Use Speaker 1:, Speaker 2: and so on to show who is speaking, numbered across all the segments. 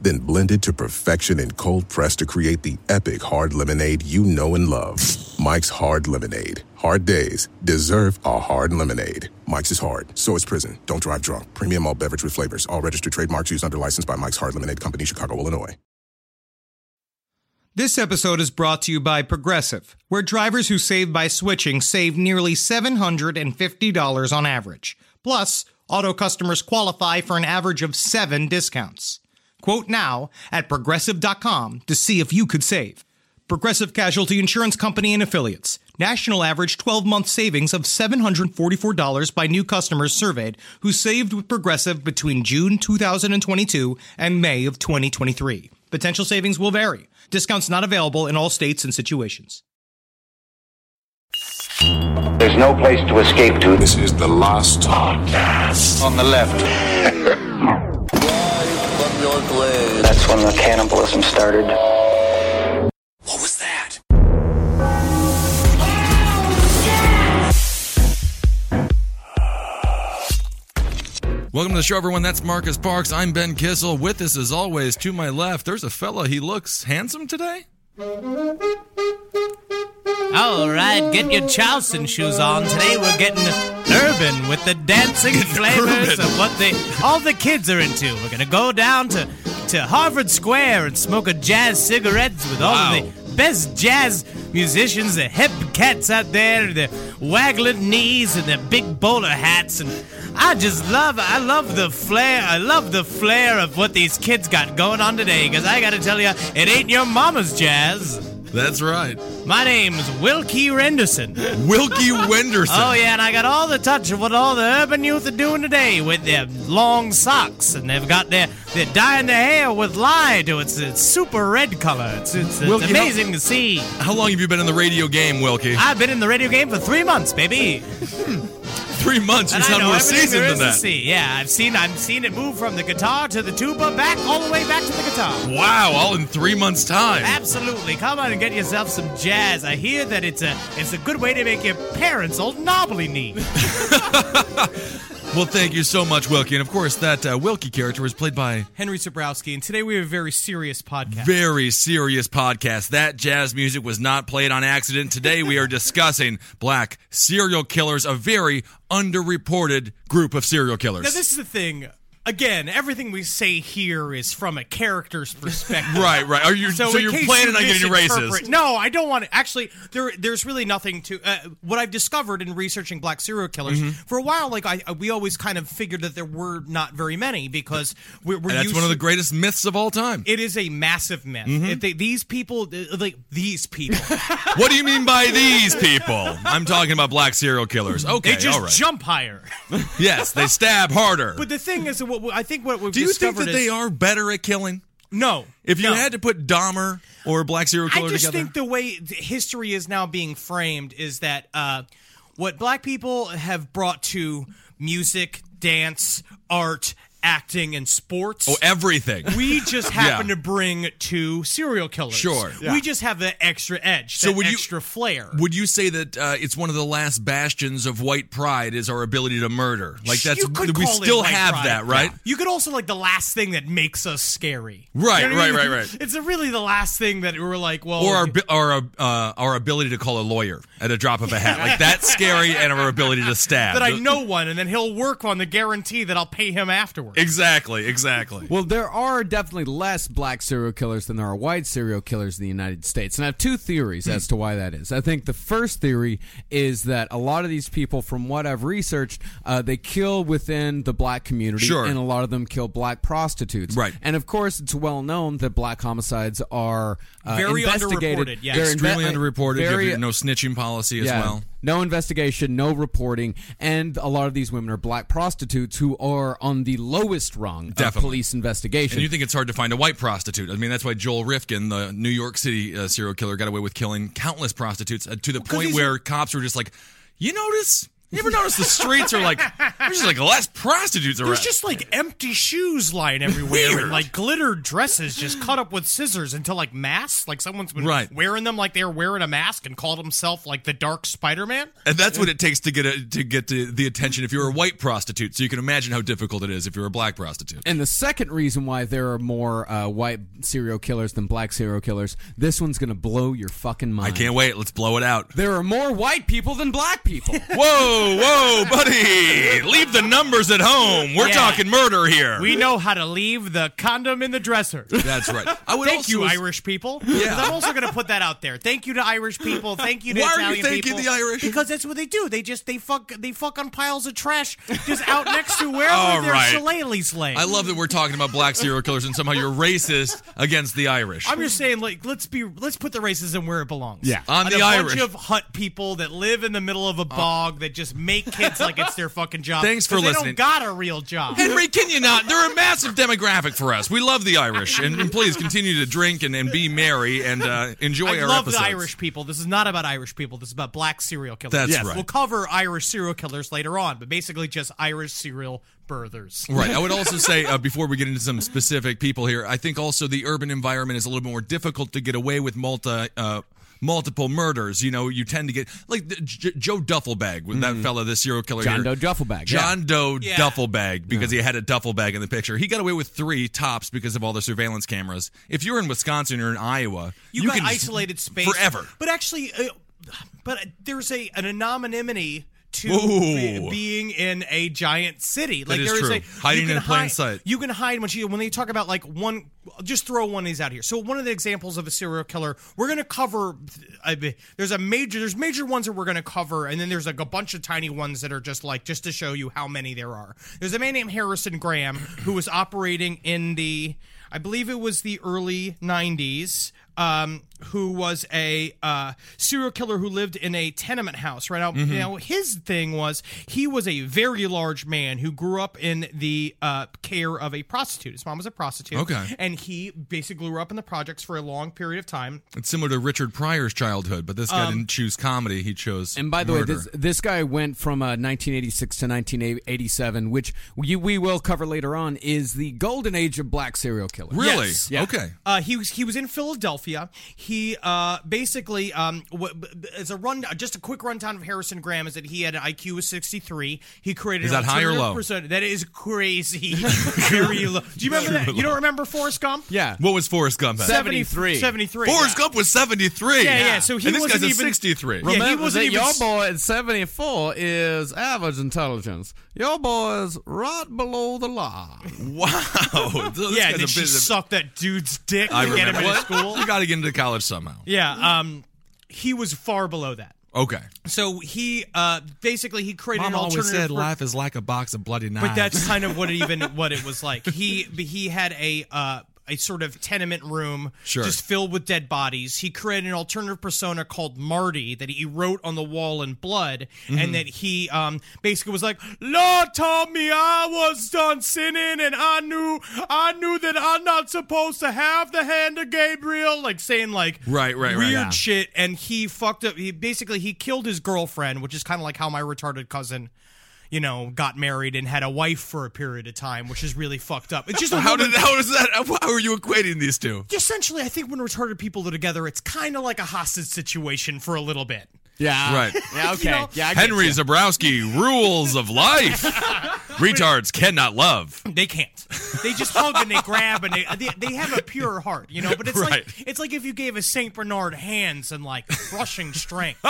Speaker 1: then blended to perfection and cold pressed to create the epic hard lemonade you know and love. Mike's Hard Lemonade. Hard days deserve a hard lemonade. Mike's is hard, so is prison. Don't drive drunk. Premium all beverage with flavors. All registered trademarks used under license by Mike's Hard Lemonade Company, Chicago, Illinois.
Speaker 2: This episode is brought to you by Progressive, where drivers who save by switching save nearly $750 on average. Plus, auto customers qualify for an average of seven discounts. Quote now at progressive.com to see if you could save. Progressive Casualty Insurance Company and Affiliates. National average 12 month savings of $744 by new customers surveyed who saved with Progressive between June 2022 and May of 2023. Potential savings will vary. Discounts not available in all states and situations.
Speaker 3: There's no place to escape to.
Speaker 4: This is the last podcast
Speaker 5: on the left.
Speaker 3: That's when the cannibalism started.
Speaker 4: What was that? Welcome to the show, everyone. That's Marcus Parks. I'm Ben Kissel. With us, as always, to my left, there's a fella. He looks handsome today.
Speaker 6: All right, get your Charleston shoes on. Today we're getting urban with the dancing flavors of what the all the kids are into. We're gonna go down to to Harvard Square and smoke a jazz cigarettes with all
Speaker 4: Wow.
Speaker 6: of the best jazz musicians, the hip cats out there, the waggling knees and their big bowler hats and I just love I love the flair I love the flair of what these kids got going on today because I gotta tell you it ain't your mama's jazz.
Speaker 4: That's right.
Speaker 6: My name's Wilkie Renderson.
Speaker 4: Wilkie Wenderson.
Speaker 6: Oh yeah, and I got all the touch of what all the urban youth are doing today with their long socks, and they've got their they're dyeing their hair with lye to its, its super red color. It's it's, it's
Speaker 4: Well, you know-
Speaker 6: amazing to see.
Speaker 4: How long have you been in the radio game, Wilkie?
Speaker 6: I've been in the radio game for three months, baby.
Speaker 4: Three months. You
Speaker 6: And I
Speaker 4: sound
Speaker 6: know
Speaker 4: more
Speaker 6: everything
Speaker 4: seasoned
Speaker 6: there
Speaker 4: than
Speaker 6: is to
Speaker 4: that.
Speaker 6: see. Yeah, I've seen I've seen it move from the guitar to the tuba, back all the way back to the guitar.
Speaker 4: Wow, all in three months' time.
Speaker 6: Absolutely, come on and get yourself some jazz. I hear that it's a it's a good way to make your parents' old knobbly knee.
Speaker 4: Well, thank you so much, Wilkie. And of course, that uh, Wilkie character was played by
Speaker 6: Henry Sobrowski, and today we have a very serious podcast.
Speaker 4: very serious podcast. That jazz music was not played on accident. Today we are discussing black serial killers, a very underreported group of serial killers.
Speaker 6: now, this is the thing. Again, everything we say here is from a character's perspective.
Speaker 4: right, right. Are you so,
Speaker 6: in
Speaker 4: you're
Speaker 6: case
Speaker 4: planning
Speaker 6: you
Speaker 4: on getting
Speaker 6: misinterpret-
Speaker 4: racist?
Speaker 6: No, I don't want to. Actually, there, there's really nothing to. Uh, what I've discovered in researching black serial killers
Speaker 4: Mm-hmm.
Speaker 6: for a while, like I, uh, we always kind of figured that there were not very many because we're, we're
Speaker 4: And that's
Speaker 6: used
Speaker 4: one
Speaker 6: to-
Speaker 4: of the Mm-hmm. greatest myths of all time.
Speaker 6: It is a massive myth. If they, these people, uh, like these people,
Speaker 4: what do you mean by these people? I'm talking about black serial killers. Okay,
Speaker 6: they just
Speaker 4: all right.
Speaker 6: jump higher.
Speaker 4: yes, they stab harder.
Speaker 6: but the thing is, what, I think what we've
Speaker 4: do you think
Speaker 6: discovered
Speaker 4: that
Speaker 6: is,
Speaker 4: they are better at killing?
Speaker 6: No.
Speaker 4: If you
Speaker 6: no.
Speaker 4: had to put Dahmer or a black serial
Speaker 6: I
Speaker 4: killer
Speaker 6: just
Speaker 4: together,
Speaker 6: think the way th- history is now being framed is that uh, what black people have brought to music, dance, art, acting, and sports.
Speaker 4: oh, everything.
Speaker 6: we just happen to bring to serial killers.
Speaker 4: Sure.
Speaker 6: We just have the extra edge,
Speaker 4: So
Speaker 6: so
Speaker 4: would you-
Speaker 6: extra flair.
Speaker 4: Would you say that uh, it's one of the last bastions of white pride is our ability to murder? Like that's
Speaker 6: You could
Speaker 4: we
Speaker 6: call it
Speaker 4: still
Speaker 6: white
Speaker 4: have
Speaker 6: pride.
Speaker 4: that, right?
Speaker 6: Yeah. You could also like the last thing that makes us scary.
Speaker 4: Right,
Speaker 6: You know what I
Speaker 4: right,
Speaker 6: mean?
Speaker 4: right, right.
Speaker 6: It's really the last thing that we're like, well,
Speaker 4: Or our bi- our uh, our ability to call a lawyer at a drop of a hat, like that's scary, and our ability to stab.
Speaker 6: that I know one, and then he'll work on the guarantee that I'll pay him afterwards.
Speaker 4: exactly, exactly.
Speaker 7: Well, there are definitely less black serial killers than there are white serial killers in the United States. And I have two theories as to why that is. I think the first theory is that a lot of these people, from what I've researched, uh, they kill within the black community.
Speaker 4: Sure.
Speaker 7: And a lot of them kill black prostitutes.
Speaker 4: Right.
Speaker 7: And of course, it's well known that black homicides are uh,
Speaker 6: Very
Speaker 7: investigated.
Speaker 6: underreported, yeah.
Speaker 7: They're
Speaker 4: Extremely
Speaker 7: inve-
Speaker 4: underreported.
Speaker 7: very-
Speaker 4: you have no snitching policy as
Speaker 7: yeah.
Speaker 4: well.
Speaker 7: No investigation, no reporting, and a lot of these women are black prostitutes who are on the lowest rung
Speaker 4: Definitely.
Speaker 7: of police investigation.
Speaker 4: And you think it's hard to find a white prostitute? I mean, that's why Joel Rifkin, the New York City uh, serial killer, got away with killing countless prostitutes uh, to the point
Speaker 6: these
Speaker 4: where cops were just like, "You notice You ever notice the streets are like there's just like less prostitutes around?
Speaker 6: There's just like empty shoes lying everywhere
Speaker 4: Weird.
Speaker 6: and like glitter dresses just cut up with scissors into like masks. Like someone's been
Speaker 4: Right.
Speaker 6: wearing them like they were wearing a mask and called himself like the Dark Spider Man.
Speaker 4: and that's what it takes to get a, to get to the attention if you're a white prostitute. So you can imagine how difficult it is if you're a black prostitute.
Speaker 7: And the second reason why there are more uh, white serial killers than black serial killers, this one's going to blow your fucking
Speaker 4: I
Speaker 7: mind.
Speaker 4: can't wait. Let's blow it out.
Speaker 7: There are more white people than black people.
Speaker 4: Whoa, whoa, buddy! Leave the numbers at home. We're
Speaker 6: Yeah.
Speaker 4: talking murder here.
Speaker 6: We know how to leave the condom in the dresser.
Speaker 4: that's right. I would
Speaker 6: Thank
Speaker 4: also
Speaker 6: you,
Speaker 4: ass-
Speaker 6: Irish people. Yeah. I'm also going to put that out there. Thank you to Irish people. Thank you to
Speaker 4: Why are you
Speaker 6: Italian
Speaker 4: thanking
Speaker 6: people.
Speaker 4: the Irish?
Speaker 6: Because that's what they do. They just they fuck they fuck on piles of trash just out next to wherever
Speaker 4: All
Speaker 6: their
Speaker 4: right.
Speaker 6: shillelaghs lay.
Speaker 4: I love that we're talking about black serial killers and somehow you're racist against the Irish.
Speaker 6: I'm just saying, like, let's be, let's put the racism where it belongs.
Speaker 7: Yeah.
Speaker 4: On
Speaker 6: On
Speaker 4: the
Speaker 6: a
Speaker 4: Irish. Uh,
Speaker 6: bunch of hut people that live in the middle of a bog that just make kids like it's their fucking job.
Speaker 4: Thanks for
Speaker 6: 'cause
Speaker 4: listening.
Speaker 6: They don't got a real job.
Speaker 4: Henry, can you not? They're a massive demographic for us. We love the Irish, and, and please continue to drink and, and be merry and uh, enjoy
Speaker 6: I
Speaker 4: our
Speaker 6: love
Speaker 4: episodes.
Speaker 6: the Irish people. This is not about Irish people. This is about black serial killers.
Speaker 4: That's Yes. right.
Speaker 6: We'll cover Irish serial killers later on, but basically just Irish serial birthers.
Speaker 4: Right. I would also say uh, before we get into some specific people here, I think also the urban environment is a little bit more difficult to get away with multi. Uh, Multiple murders, you know, you tend to get like the, J- Joe Duffelbag with that fella, the serial killer.
Speaker 7: Mm-hmm. John
Speaker 4: here.
Speaker 7: Doe Duffelbag.
Speaker 4: John Doe
Speaker 6: Yeah.
Speaker 4: duffel bag because he had a duffel bag in the picture. He got away with three tops because of all the surveillance cameras. If you're in Wisconsin or in Iowa,
Speaker 6: you,
Speaker 4: you,
Speaker 6: got
Speaker 4: can
Speaker 6: isolated space
Speaker 4: forever.
Speaker 6: But actually, uh, but there's a an anonymity to
Speaker 4: Whoa.
Speaker 6: be- being in a giant city. Like
Speaker 4: is
Speaker 6: there is
Speaker 4: true.
Speaker 6: a
Speaker 4: Hiding
Speaker 6: you can
Speaker 4: in plain
Speaker 6: hide-
Speaker 4: sight.
Speaker 6: You can hide when you when they talk about like one. Just throw one of these out here. So one of the examples of a serial killer, we're gonna cover. I mean, there's a major. There's major ones that we're gonna cover, and then there's like a bunch of tiny ones that are just like just to show you how many there are. There's a man named Harrison Graham who was operating in the, I believe it was the early '90s um, who was a uh, serial killer who lived in a tenement house. Right now, now his thing was he was a very large man who grew up in the uh, care of a prostitute. His mom was a prostitute.
Speaker 4: Okay.
Speaker 6: and he basically grew up in the projects for a long period of time.
Speaker 4: It's similar to Richard Pryor's childhood, but this guy
Speaker 6: Um,
Speaker 4: didn't choose comedy; he chose.
Speaker 7: And by the
Speaker 4: murder.
Speaker 7: way, this this guy went from uh, 1986 to 1987, which we, we will cover later on, is the golden age of black serial killers.
Speaker 4: really
Speaker 6: Yes.
Speaker 7: Yeah.
Speaker 4: okay.
Speaker 6: Uh, he was he was in Philadelphia. He uh, basically um, w- b- b- as a run uh, just a quick rundown of Harrison Graham is that he had an IQ of sixty three. He created
Speaker 4: Is
Speaker 6: an
Speaker 4: that high or
Speaker 6: alternative
Speaker 4: low?
Speaker 6: persona- That is crazy. Very low. Do you remember that? You don't remember Forrest Gump?
Speaker 7: Yeah.
Speaker 4: What was Forrest Gump? At?
Speaker 7: 73.
Speaker 6: 73.
Speaker 4: Forrest
Speaker 6: yeah.
Speaker 4: Gump was seventy three.
Speaker 6: Yeah, yeah, so he
Speaker 4: and this
Speaker 6: wasn't
Speaker 4: guy's a
Speaker 6: even-
Speaker 4: sixty three.
Speaker 6: Yeah, he
Speaker 7: Remember
Speaker 6: wasn't
Speaker 7: that
Speaker 6: even
Speaker 7: your
Speaker 6: s-
Speaker 7: boy at 74 is average intelligence. Your boy is right below the law.
Speaker 4: Wow.
Speaker 6: Yeah,
Speaker 4: This
Speaker 6: and
Speaker 4: guy's a
Speaker 6: then she
Speaker 4: bit of-
Speaker 6: sucked that dude's dick
Speaker 4: I
Speaker 6: to get him
Speaker 4: remember.
Speaker 6: into school.
Speaker 4: you got to get into college somehow.
Speaker 6: Yeah, um, he was far below that.
Speaker 4: Okay.
Speaker 6: So he uh, basically he created an alternative. for-
Speaker 4: is like a box of bloody knives.
Speaker 6: but that's kind of what it even what it was like. He he had a uh, a sort of tenement room
Speaker 4: Sure.
Speaker 6: just filled with dead bodies. He created an alternative persona called Marty that he wrote on the wall in blood,
Speaker 4: Mm-hmm.
Speaker 6: and that he um, basically was like, "Lord told me I was done sinning, and I knew I knew that I'm not supposed to have the hand of Gabriel," like saying like
Speaker 4: Right, right, right.
Speaker 6: weird
Speaker 4: Yeah.
Speaker 6: shit. And he fucked up. He basically he killed his girlfriend, which is kind of like how my retarded cousin you know, got married and had a wife for a period of time, which is really fucked up. It's just a
Speaker 4: How
Speaker 6: woman-
Speaker 4: did how is that? How are you equating these two?
Speaker 6: essentially I think when retarded people are together, it's kind of like a hostage situation for a little bit.
Speaker 7: Yeah.
Speaker 4: Right.
Speaker 7: Yeah, okay.
Speaker 6: know,
Speaker 7: yeah, I get
Speaker 4: Henry
Speaker 7: you.
Speaker 4: Zabrowski, rules of life. Retards cannot love.
Speaker 6: They can't. They just hug and they grab and they, they they have a pure heart, you know. But it's
Speaker 4: Right.
Speaker 6: like it's like if you gave a Saint Bernard hands and like brushing strength.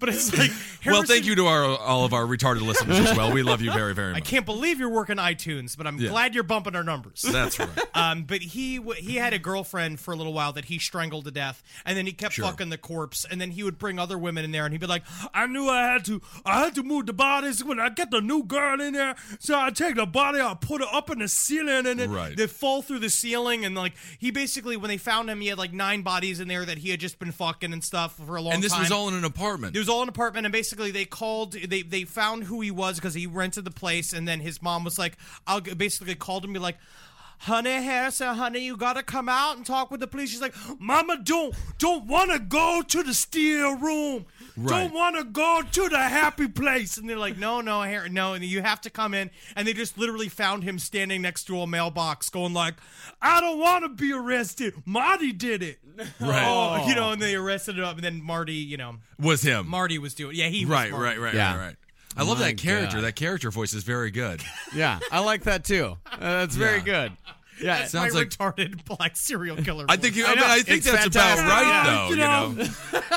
Speaker 6: but it's like
Speaker 4: Well, thank
Speaker 6: Harrison-
Speaker 4: you to our all of our retarded listeners as well. We love you very, very
Speaker 6: I
Speaker 4: much.
Speaker 6: can't believe you're working iTunes, but I'm glad you're bumping our numbers.
Speaker 4: That's right.
Speaker 6: Um, but he w- he had a girlfriend for a little while that he strangled to death, and then he kept
Speaker 4: Sure.
Speaker 6: fucking the corpse, and then he would bring other women in there, and he'd be like, "I knew I had to, I had to move the bodies when I get the new girl in there, so I take the body, I put it up in the ceiling, and then
Speaker 4: Right.
Speaker 6: they fall through the ceiling, and like he basically when they found him, he had like nine bodies in there that he had just been fucking and stuff for a long time.
Speaker 4: And this was all in an apartment.
Speaker 6: It was all an apartment, and basically they called, they they found who he was because he rented the place, and then his mom was like, "I'll g- basically called him, and be like, honey, Harris said, honey, you gotta come out and talk with the police. She's like, Mama, don't don't wanna go to the steel room.
Speaker 4: Right.
Speaker 6: Don't wanna go to the happy place. And they're like, No, no, Harris, no, and you have to come in. And they just literally found him standing next to a mailbox going like, I don't wanna be arrested. Marty did it.
Speaker 4: Right.
Speaker 6: Oh, you know, and they arrested him, and then Marty, you know,
Speaker 4: was him.
Speaker 6: Marty was doing. Yeah, he was
Speaker 4: right,
Speaker 6: Marty.
Speaker 4: right, right,
Speaker 7: Yeah.
Speaker 4: right, right. I love
Speaker 7: My
Speaker 4: that character.
Speaker 7: God.
Speaker 4: That character voice is very good.
Speaker 7: Yeah, I like that too. Uh, that's very
Speaker 4: Yeah.
Speaker 7: good. Yeah,
Speaker 6: That's
Speaker 4: sounds
Speaker 6: my
Speaker 4: like-
Speaker 6: retarded black serial killer.
Speaker 4: I think you,
Speaker 6: voice.
Speaker 4: I,
Speaker 7: know.
Speaker 4: I think
Speaker 7: It's
Speaker 4: that's
Speaker 7: fantastic.
Speaker 4: about right,
Speaker 7: Yeah,
Speaker 4: though. You
Speaker 7: you
Speaker 4: know,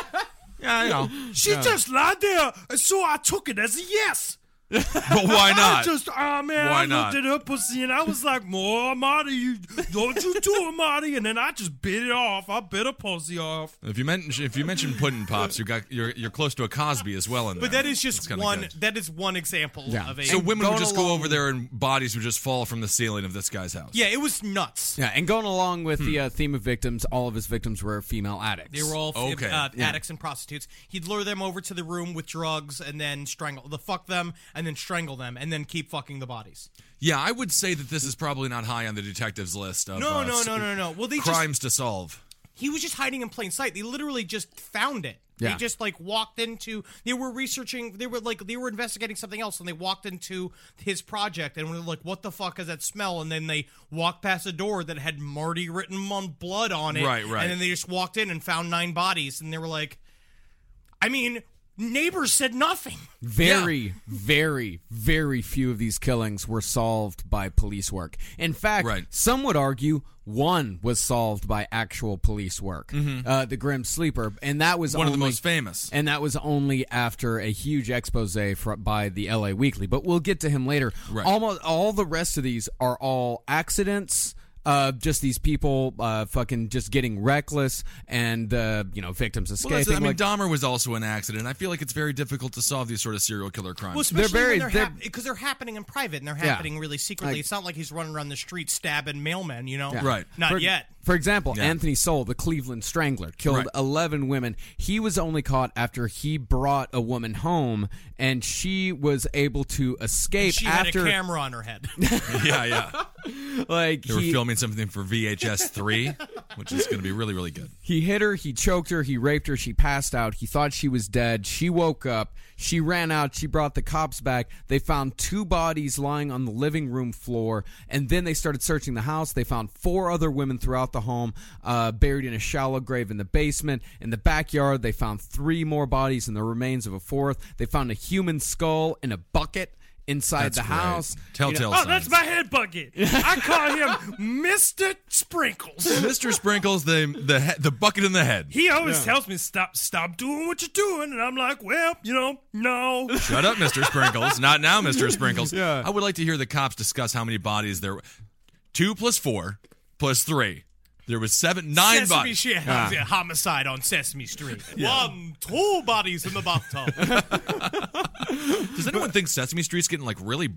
Speaker 4: yeah, I know.
Speaker 6: she just lied there, and so I took it as a yes.
Speaker 4: But why
Speaker 6: I
Speaker 4: not?
Speaker 6: just, oh man,
Speaker 4: Why
Speaker 6: I
Speaker 4: not?
Speaker 6: looked at her pussy, and I was like, "Oh, Marty, you don't you do it, Marty?" And then I just bit it off. I bit her pussy off.
Speaker 4: If you mention if you mention pudding pops, you got you're you're close to a Cosby as well in
Speaker 6: But
Speaker 4: there.
Speaker 6: that is just
Speaker 4: That's kinda
Speaker 6: one.
Speaker 4: good.
Speaker 6: That is one example
Speaker 7: Yeah.
Speaker 6: of a.
Speaker 4: So women would
Speaker 7: going
Speaker 4: just go
Speaker 7: along-
Speaker 4: over there and bodies would just fall from the ceiling of this guy's house.
Speaker 6: yeah, it was nuts.
Speaker 7: Yeah, and going along with the uh, theme of victims, all of his victims were female addicts.
Speaker 6: Hmm. They were all f-
Speaker 4: Okay.
Speaker 6: uh, addicts and prostitutes. He'd lure them over to the room with drugs and then strangle the fuck them and then strangle them and then keep fucking the bodies.
Speaker 4: Yeah, I would say that this is probably not high on the detective's list of
Speaker 6: No,
Speaker 4: uh,
Speaker 6: no,
Speaker 4: s-
Speaker 6: no, no, no. Well, they
Speaker 4: crimes to solve.
Speaker 6: just he was just hiding in plain sight. They literally just found it.
Speaker 7: Yeah.
Speaker 6: They just like walked into they were researching they were like they were investigating something else and they walked into his project and were like what the fuck is that smell and then they walked past a door that had Marty written on blood on it
Speaker 4: Right, right.
Speaker 6: and then they just walked in and found nine bodies and they were like I mean neighbors said nothing.
Speaker 7: Very, very, very few of these killings were solved by police work. In fact,
Speaker 4: Right.
Speaker 7: some would argue one was solved by actual police work,
Speaker 6: Mm-hmm.
Speaker 7: uh, the Grim Sleeper, and that was
Speaker 4: One of the
Speaker 7: only-
Speaker 4: most famous.
Speaker 7: And that was only after a huge expose fr- by the LA Weekly. But we'll get to him later.
Speaker 4: Right.
Speaker 7: Almost all the rest of these are all accidents. Uh, just these people uh, fucking just getting reckless and uh, you know victims
Speaker 4: Well, that's-
Speaker 7: escaping.
Speaker 4: I mean,
Speaker 7: like-
Speaker 4: Dahmer was also an accident. I feel like it's very difficult to solve these sort of serial killer crimes.
Speaker 6: Well,
Speaker 7: They're
Speaker 6: especially
Speaker 7: very-
Speaker 6: when
Speaker 7: they're-
Speaker 6: they're because they're, happening in private and they're happening really secretly.
Speaker 7: Like-
Speaker 6: it's not like he's running around the street stabbing mailmen, you know?
Speaker 4: Right.
Speaker 6: Not
Speaker 7: for,
Speaker 6: yet.
Speaker 7: For example,
Speaker 4: Yeah.
Speaker 7: Anthony Soul, the Cleveland Strangler, killed
Speaker 4: Right.
Speaker 7: 11 women. He was only caught after he brought a woman home and she was able to escape
Speaker 6: She
Speaker 7: after
Speaker 6: had a camera on her head.
Speaker 4: yeah, yeah.
Speaker 7: like
Speaker 4: They were
Speaker 7: he,
Speaker 4: filming something for VHS three, which is going to be really, really good.
Speaker 7: he hit her, he choked her, he raped her, she passed out. He thought she was dead. She woke up. She ran out. She brought the cops back. They found two bodies lying on the living room floor and then they started searching the house. They found four other women throughout the home uh, buried in a shallow grave in the basement. In the backyard, they found three more bodies and the remains of a fourth. They found a human skull in a bucket inside
Speaker 4: That's
Speaker 7: the
Speaker 4: great.
Speaker 7: house.
Speaker 4: Telltale.
Speaker 6: oh, that's
Speaker 4: signs.
Speaker 6: my head bucket. I call him Mr. Sprinkles.
Speaker 4: Mr. Sprinkles, the the he- the bucket in the head.
Speaker 6: He always tells me stop stop doing what you're doing, and I'm like, well, you know, no.
Speaker 4: Shut up, Mr. Sprinkles. Not now, Mr. Sprinkles. I would like to hear the cops discuss how many bodies there were. Two plus four plus three. There was seven, nine
Speaker 6: Sesame
Speaker 4: bodies.
Speaker 6: Street has a homicide on Sesame Street. One, two bodies in the bathtub.
Speaker 4: Does anyone think Sesame Street's getting like really,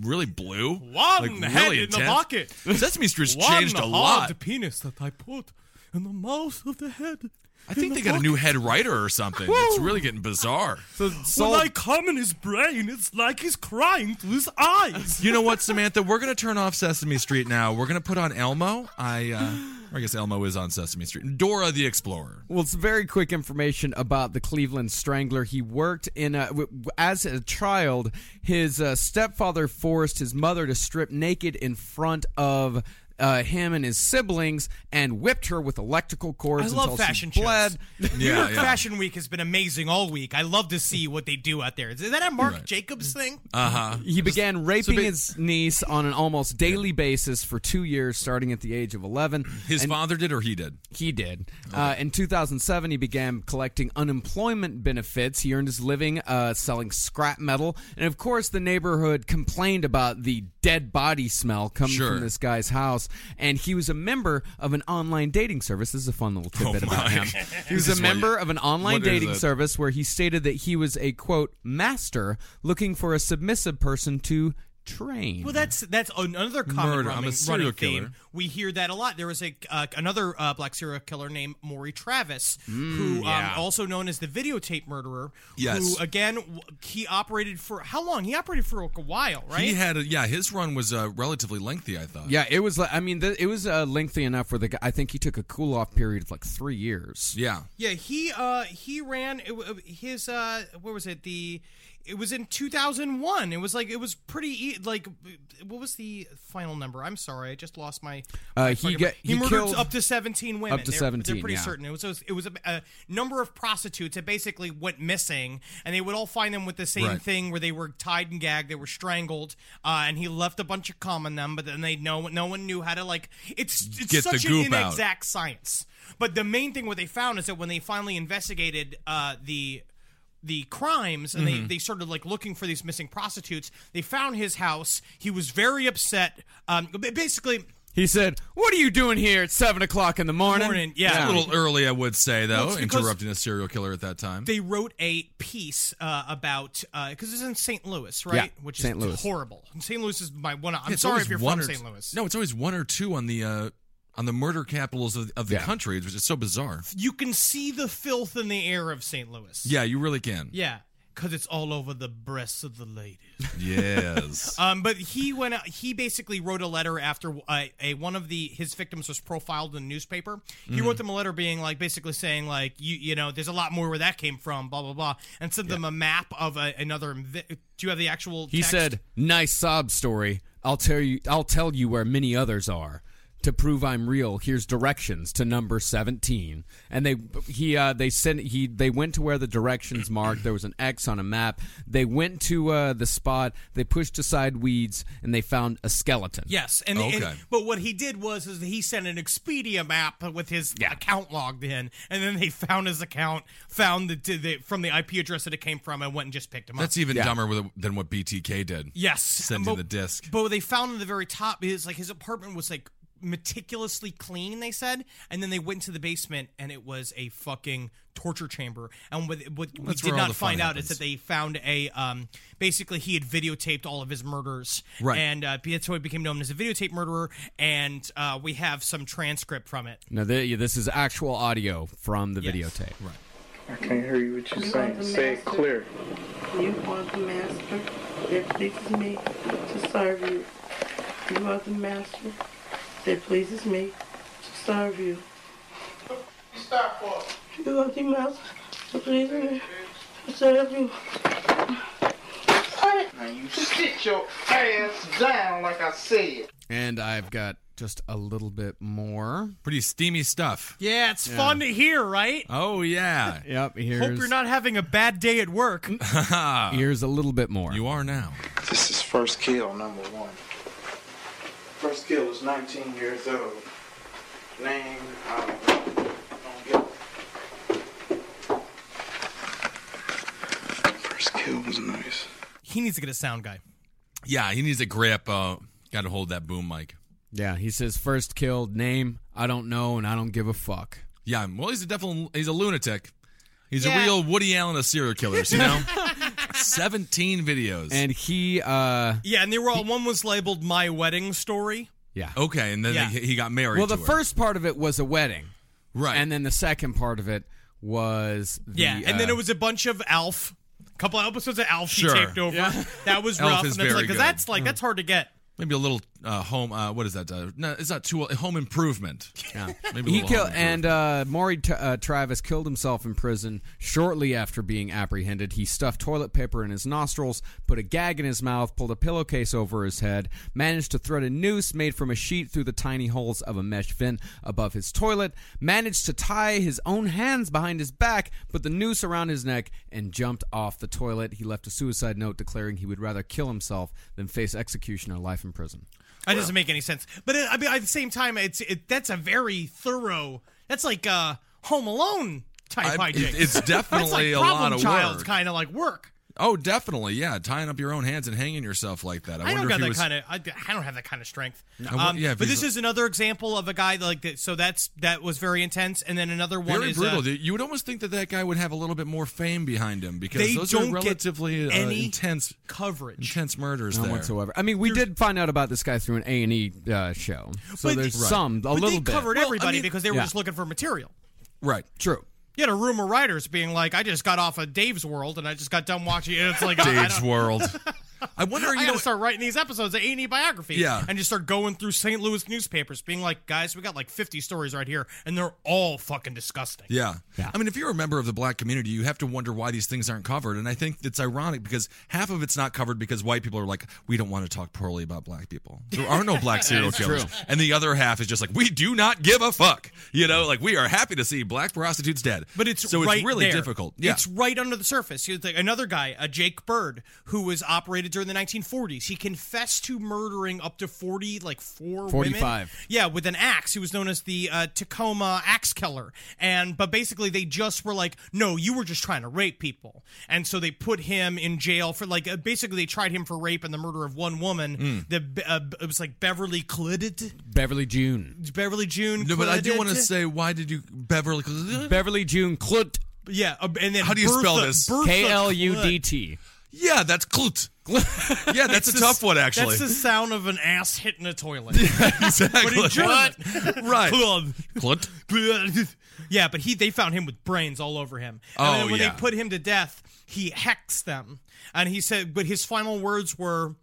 Speaker 4: really blue?
Speaker 6: One
Speaker 4: Like,
Speaker 6: head
Speaker 4: really
Speaker 6: in the
Speaker 4: intense?
Speaker 6: bucket.
Speaker 4: Sesame Street's changed a
Speaker 6: hard
Speaker 4: lot.
Speaker 6: penis that I put in the mouth of the head.
Speaker 4: I think they got a new head writer or something. It's really getting bizarre.
Speaker 7: Soul-
Speaker 6: come in his brain, it's like he's crying through his eyes.
Speaker 4: You know what, Samantha? We're gonna turn off Sesame Street now. We're gonna put on Elmo. I, uh, or I guess Elmo is on Sesame Street. Dora the Explorer.
Speaker 7: Well, it's very quick information about the Cleveland Strangler. He worked in a, w- w- as a child. His uh, stepfather forced his mother to strip naked in front of uh, him and his siblings and whipped her with electrical cords
Speaker 6: I love
Speaker 7: until she
Speaker 6: fashion
Speaker 7: bled.
Speaker 6: shows. New
Speaker 4: Yeah,
Speaker 6: York
Speaker 4: yeah.
Speaker 6: Fashion Week has been amazing all week. I love to see what they do out there. Is that a Mark
Speaker 4: Right. Mm. Uh,
Speaker 6: Jacobs thing?
Speaker 7: He began raping
Speaker 4: ba-
Speaker 7: his niece on an almost daily basis for two years, starting at the age of eleven.
Speaker 4: His
Speaker 7: And-
Speaker 4: father did, or he did.
Speaker 7: He did. Uh, in 2007, he began collecting unemployment benefits. He earned his living uh, selling scrap metal. And of course, the neighborhood complained about the dead body smell coming
Speaker 4: Sure.
Speaker 7: from this guy's house. And he was a member of an online dating service. This is a fun little tidbit
Speaker 4: Oh my.
Speaker 7: about him. He was
Speaker 4: This
Speaker 7: a
Speaker 4: is what
Speaker 7: member
Speaker 4: you-
Speaker 7: of an online
Speaker 4: what is
Speaker 7: dating
Speaker 4: it?
Speaker 7: service where he stated that he was a, quote, master looking for a submissive person to train.
Speaker 6: Well, that's that's another common
Speaker 4: Murder.
Speaker 6: running,
Speaker 4: I'm a
Speaker 6: running
Speaker 4: serial
Speaker 6: theme
Speaker 4: killer.
Speaker 6: we hear that a lot. There was a uh, another uh, black serial killer named Maury Travis,
Speaker 4: Mm,
Speaker 6: who um, also known as the videotape murderer.
Speaker 4: Yes.
Speaker 6: Who again w- he operated for how long? He operated for a while, right?
Speaker 4: He had a, yeah, his run was uh, relatively lengthy, I thought.
Speaker 7: Yeah, it was. like I mean, th- it was uh, lengthy enough where the guy, I think he took a cool off period of like three years.
Speaker 4: Yeah.
Speaker 6: Yeah, he uh he ran it, w- his uh where was it the it was in 2001. It was like it was pretty e- like what was the final number? I'm sorry, I just lost my.
Speaker 7: Uh,
Speaker 6: my
Speaker 7: he
Speaker 6: fucking-
Speaker 7: get-
Speaker 6: he,
Speaker 7: he
Speaker 6: murdered
Speaker 7: killed-
Speaker 6: up to 17 women.
Speaker 7: Up to
Speaker 6: They're-
Speaker 7: 17,
Speaker 6: They're pretty
Speaker 7: yeah.
Speaker 6: certain it was. It was, it was a, a number of prostitutes that basically went missing, and they would all find them with the same
Speaker 4: Right.
Speaker 6: thing where they were tied and gagged, they were strangled, uh, and he left a bunch of cum on them. But then they no no one knew how to like it's it's
Speaker 4: Get the
Speaker 6: such an
Speaker 4: goop out.
Speaker 6: inexact exact science. But the main thing what they found is that when they finally investigated uh, the the crimes and
Speaker 4: Mm-hmm.
Speaker 6: they, they started like looking for these missing prostitutes, they found his house. He was very upset. Um, ba- basically,
Speaker 7: He said, "What are you doing here at seven o'clock in the morning?"
Speaker 6: Morning, yeah.
Speaker 4: A little early, I would say, though,
Speaker 6: Well, it's because-
Speaker 4: interrupting a serial killer at that time.
Speaker 6: they wrote a piece uh, about because it's in St. Louis, right?
Speaker 7: Yeah,
Speaker 6: Which
Speaker 7: St.
Speaker 6: is
Speaker 7: Louis.
Speaker 6: horrible. And St. Louis is my one. I'm
Speaker 4: It's
Speaker 6: sorry
Speaker 4: always
Speaker 6: if you're
Speaker 4: one
Speaker 6: from
Speaker 4: or t-
Speaker 6: St. Louis.
Speaker 4: No, it's always one or two on the uh, on the murder capitals of, of the
Speaker 7: Yeah.
Speaker 4: country. It's just so bizarre.
Speaker 6: you can see the filth in the air of St. Louis.
Speaker 4: Yeah, you really can.
Speaker 6: yeah, because it's all over the breasts of the ladies.
Speaker 4: Yes.
Speaker 6: Um, but he went. Out, he basically wrote a letter after uh, a one of the his victims was profiled in the newspaper. He
Speaker 7: Mm.
Speaker 6: wrote them a letter being like basically saying like you you know there's a lot more where that came from blah blah blah and sent them a map of a, another. invi- Do you have the actual?
Speaker 7: He
Speaker 6: text?
Speaker 7: said, "Nice sob story. I'll tell you. I'll tell you where many others are." To prove I'm real, here's directions to number seventeen. And they he uh, they sent he they went to where the directions marked. There was an X on a map. They went to uh, the spot. They pushed aside weeds and they found a skeleton.
Speaker 6: Yes, and, and-
Speaker 4: Okay.
Speaker 6: but what he did was is he sent an Expedia map with his account logged in, and then they found his account, found the, the from the IP address that it came from, and went and just picked him up.
Speaker 4: That's even dumber with, than what BTK did.
Speaker 6: Yes,
Speaker 4: Sending
Speaker 6: But-
Speaker 4: the disc.
Speaker 6: But what they found in the very top is like his apartment was like meticulously clean. They said, and then they went to the basement, and it was a fucking torture chamber. And what, what we
Speaker 4: that's
Speaker 6: did
Speaker 4: where all
Speaker 6: not
Speaker 4: the fun
Speaker 6: find out
Speaker 4: happens.
Speaker 6: is that they found a um, basically he had videotaped all of his murders,
Speaker 4: Right.
Speaker 6: And uh, that's how he became known as a videotape murderer. And uh, we have some transcript from it.
Speaker 7: Now th- this is actual audio from the videotape. Right.
Speaker 8: I can't hear you what you're
Speaker 9: You are
Speaker 8: saying.
Speaker 9: the
Speaker 8: Say it
Speaker 9: master.
Speaker 8: clear.
Speaker 9: You are the master. It pleases me to serve you. You are the master. It pleases me to serve you. You are the master. It pleases me to serve you.
Speaker 8: Now you sit your ass down like I said.
Speaker 7: And I've got just a little bit more.
Speaker 4: Pretty steamy stuff.
Speaker 6: Yeah, it's fun to hear, right?
Speaker 4: Oh, yeah.
Speaker 7: Yep. Here's
Speaker 6: Hope you're not having a bad day at work.
Speaker 7: here's a little bit more.
Speaker 4: You are now.
Speaker 8: This is first kill number one. First kill was 19 years old. Name, I don't know. Don't get it. First kill was nice.
Speaker 6: he needs to get a sound guy.
Speaker 4: Yeah, he needs a grip. Uh, Got to hold that boom mic.
Speaker 7: Yeah, he says first killed name I don't know and I don't give a fuck.
Speaker 4: Yeah, well, he's a definitely he's a lunatic. He's
Speaker 6: Yeah.
Speaker 4: a real Woody Allen of serial killers, you know. Seventeen videos.
Speaker 7: And he, uh
Speaker 6: Yeah, and they were all. One was labeled "My Wedding Story."
Speaker 7: yeah.
Speaker 4: okay, and then
Speaker 6: Yeah.
Speaker 4: he, he got married.
Speaker 7: well, the
Speaker 4: to her.
Speaker 7: first part of it was a wedding,
Speaker 4: right,
Speaker 7: and then the second part of it was the,
Speaker 6: Yeah, and then
Speaker 7: uh,
Speaker 6: it was a bunch of Alf, a couple of episodes of Alf
Speaker 4: Sure.
Speaker 6: he taped over. That was
Speaker 4: Alf
Speaker 6: rough,
Speaker 4: is
Speaker 6: and that's
Speaker 4: very
Speaker 6: like because
Speaker 4: good. Hmm.
Speaker 6: that's like that's hard to get.
Speaker 4: maybe a little uh, home. Uh, what is that? Uh, no, it's not too home improvement. Yeah, maybe a
Speaker 7: he
Speaker 4: little
Speaker 7: killed
Speaker 4: Home
Speaker 7: and
Speaker 4: Improvement.
Speaker 7: uh, Maury T- uh, Travis killed himself in prison shortly after being apprehended. He stuffed toilet paper in his nostrils, put a gag in his mouth, pulled a pillowcase over his head, managed to thread a noose made from a sheet through the tiny holes of a mesh fin above his toilet, managed to tie his own hands behind his back, put the noose around his neck, and jumped off the toilet. He left a suicide note declaring he would rather kill himself than face execution or life in prison.
Speaker 6: That doesn't make any sense. But it, I mean, at the same time, it's it, that's a very thorough. That's like uh, Home Alone type
Speaker 4: I-
Speaker 6: hijinks.
Speaker 4: it- it's
Speaker 6: that's like
Speaker 4: definitely a
Speaker 6: problem
Speaker 4: lot of
Speaker 6: child
Speaker 4: work.
Speaker 6: kind of like work.
Speaker 4: Oh, definitely. Yeah, tying up your own hands and hanging yourself like that. I,
Speaker 6: I
Speaker 4: wonder
Speaker 6: don't
Speaker 4: if
Speaker 6: got
Speaker 4: he
Speaker 6: that
Speaker 4: was,
Speaker 6: kind of. I, I don't have that kind of strength.
Speaker 4: wo-
Speaker 6: Um,
Speaker 4: yeah, if
Speaker 6: but this
Speaker 4: he's a-
Speaker 6: is another example of a guy like that. So that's that was very intense, and then another one
Speaker 4: very
Speaker 6: is
Speaker 4: brutal.
Speaker 6: uh,
Speaker 4: dude. you would almost think that that guy would have a little bit more fame behind him because
Speaker 6: They
Speaker 4: those
Speaker 6: don't
Speaker 4: are
Speaker 6: get
Speaker 4: relatively uh,
Speaker 6: any
Speaker 4: intense,
Speaker 6: coverage.
Speaker 4: intense murders
Speaker 7: None
Speaker 4: there.
Speaker 7: whatsoever. I mean, we did find out about this guy through an A and E uh, show, so
Speaker 6: But-
Speaker 7: there's
Speaker 6: Right.
Speaker 7: some a
Speaker 6: but
Speaker 7: little
Speaker 6: they
Speaker 7: bit.
Speaker 6: covered
Speaker 4: Well, I
Speaker 6: everybody
Speaker 4: mean-
Speaker 6: because they were
Speaker 7: Yeah.
Speaker 6: just looking for material.
Speaker 4: Right.
Speaker 7: True.
Speaker 6: You had a rumor writers being like, "I just got off of Dave's World, and I just got done watching." it." It's like I- I,
Speaker 4: Dave's
Speaker 6: don't-
Speaker 4: world. I wonder.
Speaker 6: I
Speaker 4: You
Speaker 6: got
Speaker 4: know,
Speaker 6: to start writing these episodes of A&E biography.
Speaker 4: Yeah.
Speaker 6: And just start going through St. Louis newspapers, being like, guys, we got like 50 stories right here, and they're all fucking disgusting.
Speaker 4: Yeah. I mean, if you're a member of the black community, you have to wonder why these things aren't covered. And I think it's ironic because half of it's not covered because white people are like, we don't want to talk poorly about black people. There are no black serial killers. And the other half is just like, we do not give a fuck. You know, like we are happy to see black prostitutes dead.
Speaker 6: But it's
Speaker 4: so
Speaker 6: right
Speaker 4: it's really
Speaker 6: there.
Speaker 4: difficult. Yeah.
Speaker 6: It's right under the surface. You think- Another guy, a Jake Bird, who was operated during the 1940s, he confessed to murdering up to 40, like four
Speaker 7: 45.
Speaker 6: women. Yeah, with an axe. He was known as the uh, Tacoma Axe Killer. And but basically, they just were like, no, you were just trying to rape people. And so they put him in jail for like uh, basically they tried him for rape and the murder of one woman.
Speaker 4: Hmm.
Speaker 6: The uh, it was like Beverly Clidded,
Speaker 7: Beverly June.
Speaker 6: Beverly June.
Speaker 4: No, but I do
Speaker 6: Clidded.
Speaker 4: want to say, why did you, Beverly?
Speaker 7: Beverly June Klut.
Speaker 6: yeah. uh, and then
Speaker 4: How do you
Speaker 6: Bertha-
Speaker 4: spell this?
Speaker 6: Bertha
Speaker 7: K L U
Speaker 6: Clidd.
Speaker 7: D T.
Speaker 4: Yeah, that's Klut. yeah, that's a
Speaker 6: It's
Speaker 4: tough one, actually.
Speaker 6: That's the sound of an ass hitting a toilet.
Speaker 4: exactly.
Speaker 6: But in German-
Speaker 4: Right.
Speaker 6: Club.
Speaker 4: Klut.
Speaker 6: yeah, but he they found him with brains all over him. And
Speaker 4: Oh,
Speaker 6: then when
Speaker 4: yeah.
Speaker 6: they put him to death, he hexed them. And he said but his final words were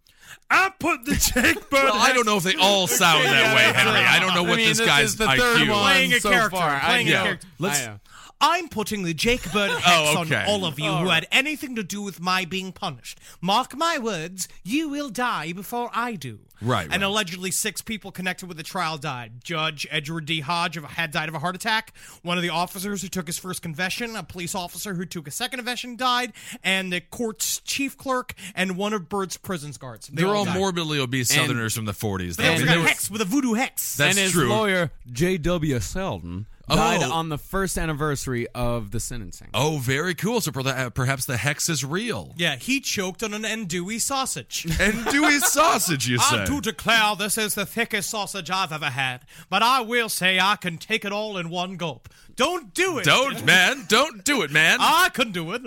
Speaker 6: I put the Jake Bird
Speaker 4: Well, I don't know if they all sound that way, Henry. I don't know what
Speaker 7: I mean,
Speaker 4: this
Speaker 7: this
Speaker 4: guy's
Speaker 7: is the
Speaker 4: IQ.
Speaker 7: third one.
Speaker 6: playing a
Speaker 7: so
Speaker 6: character.
Speaker 7: far. I
Speaker 6: Playing a
Speaker 4: know.
Speaker 6: character.
Speaker 7: Let's- I know.
Speaker 6: I'm putting the Jake Bird hex
Speaker 4: Oh, okay.
Speaker 6: on all of you who had anything to do with my being punished. Mark my words, you will die before I do.
Speaker 4: Right,
Speaker 6: And
Speaker 4: right.
Speaker 6: allegedly six people connected with the trial died. Judge Edward D. Hodge of- had died of a heart attack. One of the officers who took his first confession, a police officer who took a second confession died, and the court's chief clerk and one of Bird's prison guards. They
Speaker 4: They're all
Speaker 6: died.
Speaker 4: morbidly obese Southerners from the 40s.
Speaker 6: They
Speaker 4: I
Speaker 6: also
Speaker 4: mean,
Speaker 6: got
Speaker 4: they were-
Speaker 6: hexed with a voodoo hex.
Speaker 4: That's
Speaker 7: and his
Speaker 4: true.
Speaker 7: lawyer J.W. Selden died
Speaker 4: Oh.
Speaker 7: on the first anniversary of the sentencing.
Speaker 4: Oh, very cool. So per- uh, perhaps the hex is real.
Speaker 6: yeah, he choked on an andouille sausage.
Speaker 4: And Dewey's sausage, you say?
Speaker 6: I do declare this is the thickest sausage I've ever had, but I will say I can take it all in one gulp. Don't do it.
Speaker 4: Don't, man. Don't do it, man.
Speaker 6: I can do it.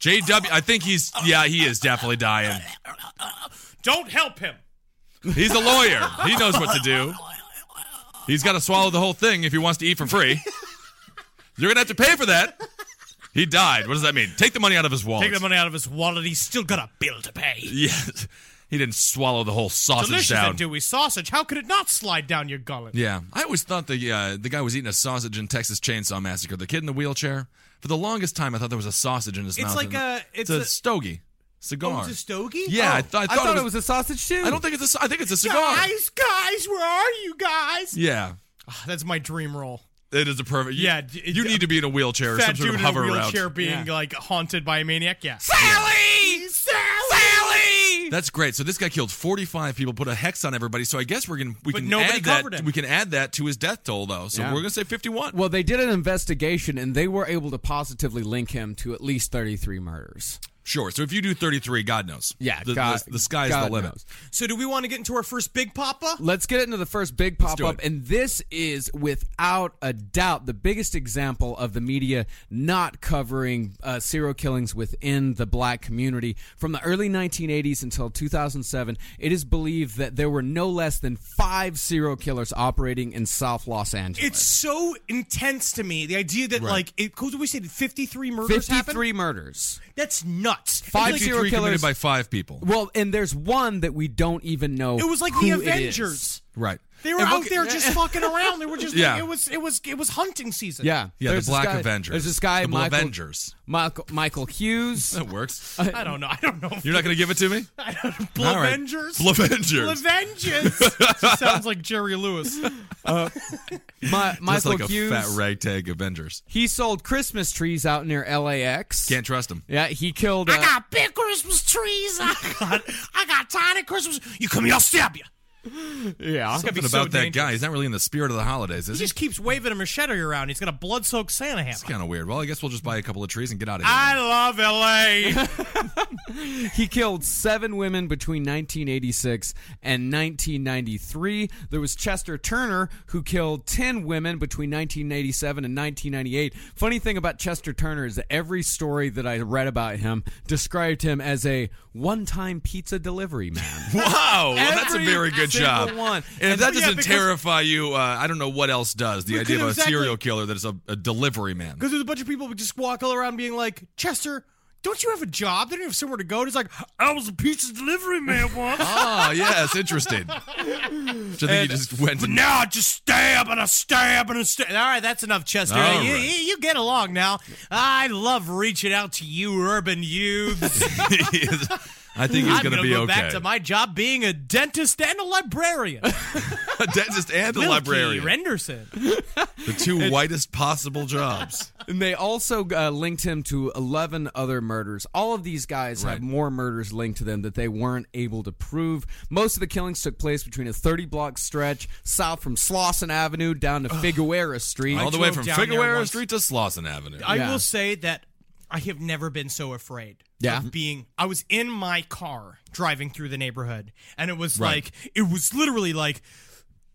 Speaker 4: JW, I think he's, yeah, he is definitely dying.
Speaker 6: Don't help him.
Speaker 4: He's a lawyer. He knows what to do. He's got to swallow the whole thing if he wants to eat for free. You're going to have to pay for that. He died. What does that mean? Take the money out of his wallet.
Speaker 6: Take the money out of his wallet. He's still got a bill to pay.
Speaker 4: Yes. He didn't swallow the whole sausage
Speaker 6: Delicious
Speaker 4: down.
Speaker 6: andouille sausage. How could it not slide down your gullet?
Speaker 4: Yeah, I always thought the uh, the guy was eating a sausage in Texas Chainsaw Massacre. The kid in the wheelchair. For the longest time, I thought there was a sausage in his
Speaker 6: It's
Speaker 4: mouth.
Speaker 6: like
Speaker 4: and-
Speaker 6: a- it's
Speaker 4: a,
Speaker 6: a-
Speaker 4: stogie cigar.
Speaker 6: Oh, it's a stogie?
Speaker 4: Yeah,
Speaker 6: Oh.
Speaker 4: I, th- I,
Speaker 7: I thought it was a sausage too.
Speaker 4: I don't think it's a. sa- I think it's a cigar.
Speaker 6: Guys, guys, where are you guys?
Speaker 4: Yeah,
Speaker 6: That's my dream role.
Speaker 4: it is a perfect.
Speaker 6: Yeah,
Speaker 4: you,
Speaker 6: d- it-
Speaker 4: you need to be in a wheelchair or some
Speaker 6: Fat dude
Speaker 4: sort of
Speaker 6: in a
Speaker 4: hover
Speaker 6: wheelchair
Speaker 4: around.
Speaker 6: being
Speaker 7: Yeah.
Speaker 6: like haunted by a maniac. Yeah.
Speaker 4: Sally,
Speaker 6: Sally!
Speaker 4: That's great. So this guy killed 45 people, put a hex on everybody. So I guess we're gonna we
Speaker 6: But
Speaker 4: can
Speaker 6: nobody
Speaker 4: add that
Speaker 6: covered him.
Speaker 4: we can add that to his death toll though. So
Speaker 7: Yeah.
Speaker 4: we're gonna say 51.
Speaker 7: Well, they did an investigation and they were able to positively link him to at least 33 murders.
Speaker 4: sure. So if you do 33, God knows.
Speaker 7: Yeah,
Speaker 4: the,
Speaker 7: God-
Speaker 4: the, the sky's
Speaker 7: God
Speaker 4: the limit.
Speaker 7: knows.
Speaker 6: So do we want to get into our first big papa?
Speaker 7: Let's get into the first big pop
Speaker 4: do
Speaker 7: up.
Speaker 4: it.
Speaker 7: And this is, without a doubt, the biggest example of the media not covering uh, serial killings within the black community. From the early 1980s until 2007, it is believed that there were no less than five serial killers operating in South Los Angeles.
Speaker 6: It's so intense to me. The idea that like it because we said fifty three murders happened.
Speaker 7: 53 murders.
Speaker 6: That's nuts.
Speaker 7: Five
Speaker 6: it was like,
Speaker 7: serial
Speaker 4: Three committed
Speaker 7: killers.
Speaker 4: by five people.
Speaker 7: Well, and there's one that we don't even know.
Speaker 6: it was like the
Speaker 7: who it is.
Speaker 6: Avengers.
Speaker 4: Right.
Speaker 6: They were
Speaker 4: And
Speaker 6: out
Speaker 4: look-
Speaker 6: there just fucking around. They were just
Speaker 4: Yeah.
Speaker 6: it was it was it was hunting season.
Speaker 7: Yeah,
Speaker 4: Yeah, the
Speaker 7: There's this
Speaker 4: Black
Speaker 7: guy-
Speaker 4: Avengers.
Speaker 7: There's this guy,
Speaker 4: the Black
Speaker 7: Michael,
Speaker 4: Avengers.
Speaker 7: Michael, Michael Hughes.
Speaker 4: That works.
Speaker 6: I don't know. I don't know.
Speaker 4: You're not going to give it to me? All right.
Speaker 6: Blavengers?
Speaker 4: Blavengers.
Speaker 6: Blavengers. She sounds like Jerry Lewis.
Speaker 7: My,
Speaker 4: That's
Speaker 7: Michael
Speaker 4: like a
Speaker 7: Hughes.
Speaker 4: fat ragtag Avengers.
Speaker 7: He sold Christmas trees out near LAX.
Speaker 4: Can't trust him.
Speaker 7: yeah, he killed. Uh,
Speaker 6: I got big Christmas trees. I got I got tiny Christmas. You come here, I'll stab you.
Speaker 7: Yeah.
Speaker 10: It's gonna be
Speaker 4: Something
Speaker 10: so
Speaker 4: about that
Speaker 10: dangerous.
Speaker 4: guy. He's not really in the spirit of the holidays,
Speaker 10: He
Speaker 4: is he?
Speaker 10: just keeps waving a machete around. He's got a blood-soaked Santa hat.
Speaker 4: It's kind of weird. Well, I guess we'll just buy a couple of trees and get out of here.
Speaker 10: I love L.A.
Speaker 7: He killed seven women between 1986 and 1993. There was Chester Turner, who killed 10 women between 1987 and 1998. Funny thing about Chester Turner is that every story that I read about him described him as a one time pizza delivery man.
Speaker 4: Wow, well, that's a
Speaker 7: Every
Speaker 4: very good
Speaker 7: single
Speaker 4: job.
Speaker 7: one.
Speaker 4: And if that
Speaker 10: Yeah,
Speaker 4: doesn't
Speaker 10: because-
Speaker 4: terrify you, uh, I don't know what else does. The
Speaker 10: Because
Speaker 4: idea of a
Speaker 10: exactly-
Speaker 4: serial killer that is a, a delivery man.
Speaker 10: Because there's a bunch of people who just walk all around being like, Chester, don't you have a job? They don't have somewhere to go. And he's like, I was a pizza delivery man once.
Speaker 4: Ah, yes, interesting. Which I think he just went.
Speaker 10: But
Speaker 4: And,
Speaker 10: now I "Ah, just stab and I stab and I stab. All right, that's enough, Chester.
Speaker 4: All
Speaker 10: You,
Speaker 4: right.
Speaker 10: you, you get along now. I love reaching out to you, urban youths.
Speaker 4: I think he's
Speaker 10: I'm
Speaker 4: going to
Speaker 10: gonna
Speaker 4: be
Speaker 10: go
Speaker 4: okay.
Speaker 10: back to my job being a dentist and a librarian.
Speaker 4: a dentist and a librarian,
Speaker 10: Renderson.
Speaker 4: the two whitest possible jobs.
Speaker 7: and they also uh, linked him to 11 other murders. All of these guys
Speaker 4: Right.
Speaker 7: have more murders linked to them that they weren't able to prove. Most of the killings took place between a 30 block stretch south from Slauson Avenue down to Figueroa Street.
Speaker 4: All the way
Speaker 10: drove
Speaker 4: from
Speaker 10: down there
Speaker 4: Figueroa
Speaker 10: once.
Speaker 4: Street to Slauson Avenue.
Speaker 10: I
Speaker 7: Yeah.
Speaker 10: will say that I have never been so afraid.
Speaker 7: Yeah.
Speaker 10: Of being I was in my car driving through the neighborhood and it was
Speaker 4: Right.
Speaker 10: like it was literally like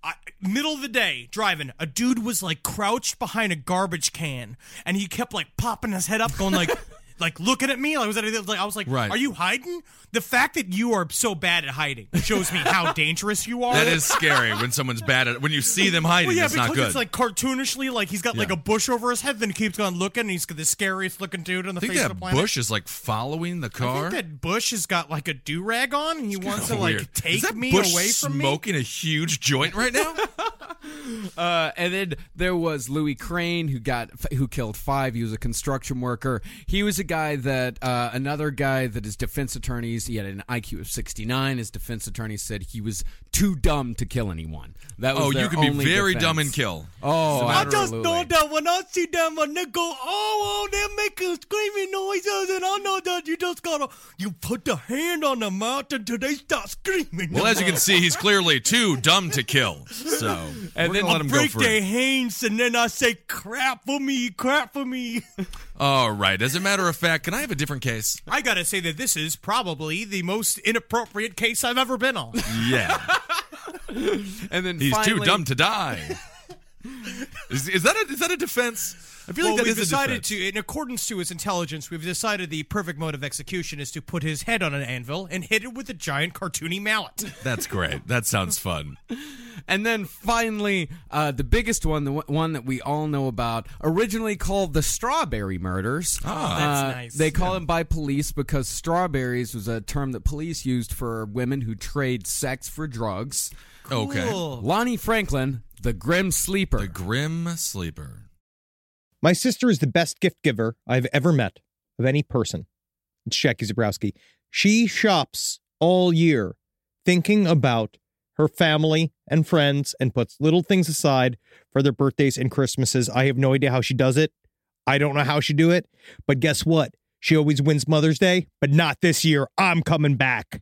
Speaker 10: I, middle of the day driving a dude was like crouched behind a garbage can and he kept like popping his head up going like like looking at me like was that like I was like
Speaker 4: Right.
Speaker 10: are you hiding the fact that you are so bad at hiding shows me how dangerous you are
Speaker 4: that is scary when someone's bad at when you see them hiding.
Speaker 10: well, yeah,
Speaker 4: it's
Speaker 10: because
Speaker 4: not good.
Speaker 10: it's like cartoonishly, like he's got like
Speaker 4: Yeah.
Speaker 10: a bush over his head, then he keeps on looking, and he's got the scariest looking dude on the
Speaker 4: I think
Speaker 10: face of the
Speaker 4: that
Speaker 10: planet.
Speaker 4: Bush is like following the
Speaker 10: I
Speaker 4: car.
Speaker 10: think that Bush has got like a do rag on, and he wants to like
Speaker 4: Weird.
Speaker 10: take
Speaker 4: is that
Speaker 10: me
Speaker 4: Bush
Speaker 10: away from me.
Speaker 4: smoking a huge joint right now?
Speaker 7: Uh, and then there was Louis Crane, who got who killed five. He was a construction worker. He was a guy that uh, another guy that his defense attorneys. He had an IQ of sixty nine. His defense attorney said he was too dumb to kill anyone. That was
Speaker 4: oh,
Speaker 7: their
Speaker 4: you can be
Speaker 7: only
Speaker 4: very
Speaker 7: defense.
Speaker 4: dumb and kill.
Speaker 7: Oh,
Speaker 10: I just
Speaker 7: absolutely.
Speaker 10: know that when I see them and they go, oh, oh, they make a screaming noises, and I know that you just gotta, you put the hand on the mouth until they start screaming.
Speaker 4: Well, as you can see, he's clearly too dumb to kill. So and
Speaker 7: then
Speaker 4: then let him go
Speaker 10: break
Speaker 4: for
Speaker 10: their
Speaker 4: it.
Speaker 10: hands, and then I say, crap for me, crap for me.
Speaker 4: All right. As a matter of fact, can I have a different case?
Speaker 10: I gotta say that this is probably the most inappropriate case I've ever been on.
Speaker 4: Yeah,
Speaker 7: And then
Speaker 4: he's too
Speaker 7: finally,
Speaker 4: dumb to die. Is, is that a, is that a defense? I feel
Speaker 10: well,
Speaker 4: like that
Speaker 10: we've
Speaker 4: is
Speaker 10: decided
Speaker 4: a defense.
Speaker 10: to, in accordance to his intelligence, we've decided the perfect mode of execution is to put his head on an anvil and hit it with a giant cartoony mallet.
Speaker 4: That's great. That sounds fun.
Speaker 7: And then finally, uh, the biggest one, the w- one that we all know about, originally called the Strawberry Murders.
Speaker 10: Ah, that's
Speaker 4: Ah,
Speaker 7: Uh,
Speaker 10: nice.
Speaker 7: They call them by police because strawberries was a term that police used for women who trade sex for drugs.
Speaker 10: Uh,
Speaker 4: Okay.
Speaker 7: Lonnie Franklin, the grim sleeper.
Speaker 4: The Grim Sleeper.
Speaker 6: My sister is the best gift giver I've ever met of any person. It's Jackie Zabrowski. She shops all year thinking about her family and friends and puts little things aside for their birthdays and Christmases. I have no idea how she does it. I don't know how she do it, but guess what? She always wins Mother's Day, but not this year. I'm coming back.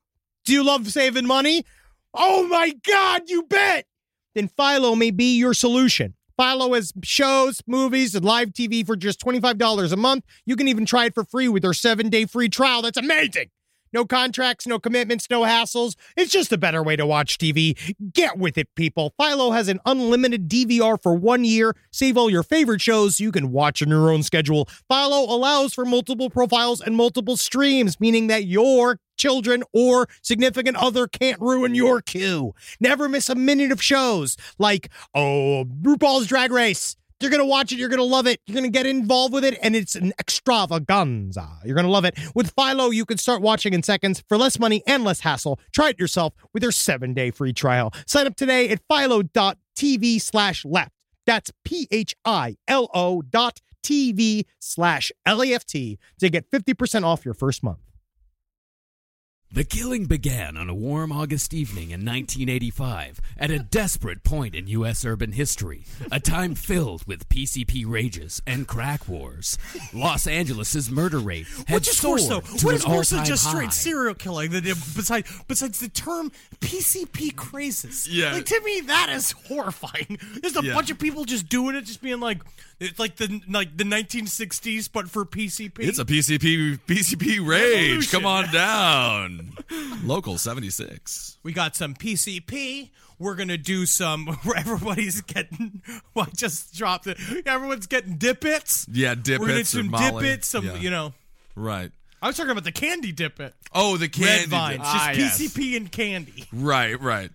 Speaker 6: Do you love saving money? Oh my God, you bet! Then Philo may be your solution. Philo has shows, movies, and live TV for just $25 a month. You can even try it for free with their seven day free trial. That's amazing! No contracts, no commitments, no hassles. It's just a better way to watch TV. Get with it, people. Philo has an unlimited DVR for one year. Save all your favorite shows so you can watch on your own schedule. Philo allows for multiple profiles and multiple streams, meaning that your children or significant other can't ruin your queue. Never miss a minute of shows like, oh, RuPaul's Drag Race. You're going to watch it. You're going to love it. You're going to get involved with it. And it's an extravaganza. You're going to love it. With Philo, you can start watching in seconds for less money and less hassle. Try it yourself with your seven day free trial. Sign up today at philo.tv slash left. That's P H I L O dot TV slash L A F T to get 50% off your first month.
Speaker 11: The killing began on a warm August evening in 1985 at a desperate point in U.S. urban history, a time filled with PCP rages and crack wars. Los Angeles' murder rate had
Speaker 8: Which is worse, though?
Speaker 11: soared to
Speaker 8: What
Speaker 11: an
Speaker 8: is worse than
Speaker 11: all-time
Speaker 8: just straight
Speaker 11: high.
Speaker 8: serial killing? Than, besides, besides the term PCP crazes.
Speaker 4: Yeah.
Speaker 8: Like, to me, that is horrifying. There's a
Speaker 4: Yeah.
Speaker 8: bunch of people just doing it, just being like, it's like the like the 1960s, but for PCP.
Speaker 4: It's a PCP PCP rage. Come on down. Local 76.
Speaker 8: we got some PCP. We're gonna do some where everybody's getting. Well, I just dropped it. Everyone's getting dippets.
Speaker 4: Yeah, dip
Speaker 8: We're gonna do
Speaker 4: hits or
Speaker 8: some
Speaker 4: Molly.
Speaker 8: dippets. Some
Speaker 4: Yeah.
Speaker 8: you know.
Speaker 4: Right.
Speaker 8: I was talking about the candy dippet.
Speaker 4: Oh, the candy.
Speaker 8: Red vines, just
Speaker 4: Ah, yes.
Speaker 8: PCP and candy.
Speaker 4: Right, right.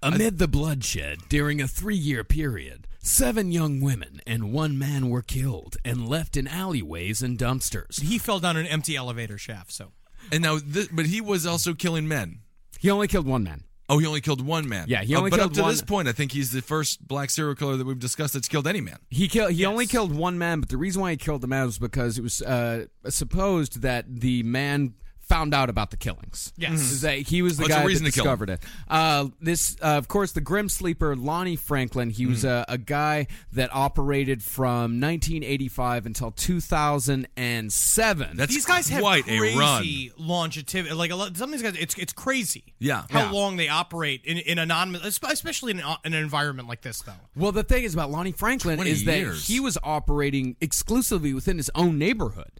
Speaker 11: Amid the bloodshed during a three year period, seven young women and one man were killed and left in alleyways and dumpsters.
Speaker 8: He fell down an empty elevator shaft. So
Speaker 4: And now, th- but he was also killing men.
Speaker 7: He only killed one man.
Speaker 4: Oh, he only killed one man.
Speaker 7: Yeah, he
Speaker 4: Uh,
Speaker 7: only
Speaker 4: but
Speaker 7: killed
Speaker 4: up to
Speaker 7: one-
Speaker 4: this point, I think he's the first black serial killer that we've discussed that's killed any man.
Speaker 7: He killed. He only killed one man, but the reason why he killed the man was because it was uh, supposed that the man found out about the killings.
Speaker 6: Yes. Mhm.
Speaker 7: Is that he was the
Speaker 4: Oh, it's a
Speaker 7: guy that
Speaker 4: reason to kill him.
Speaker 7: discovered it. Uh, this, uh, of course, the Grim Sleeper, Lonnie Franklin. He was
Speaker 4: Mm-hmm.
Speaker 7: uh, a, a guy that operated from 1985 until 2007.
Speaker 4: That's
Speaker 6: These guys have
Speaker 4: quite
Speaker 6: crazy
Speaker 4: a run.
Speaker 6: longevity. Like a lot, some of these guys, it's it's crazy.
Speaker 4: Yeah.
Speaker 6: how
Speaker 4: Yeah.
Speaker 6: long they operate in, in anonymous, espe- especially in, a- in an environment like this, though.
Speaker 7: Well, the thing is about Lonnie Franklin
Speaker 4: 20
Speaker 7: is that
Speaker 4: years.
Speaker 7: he was operating exclusively within his own neighborhood.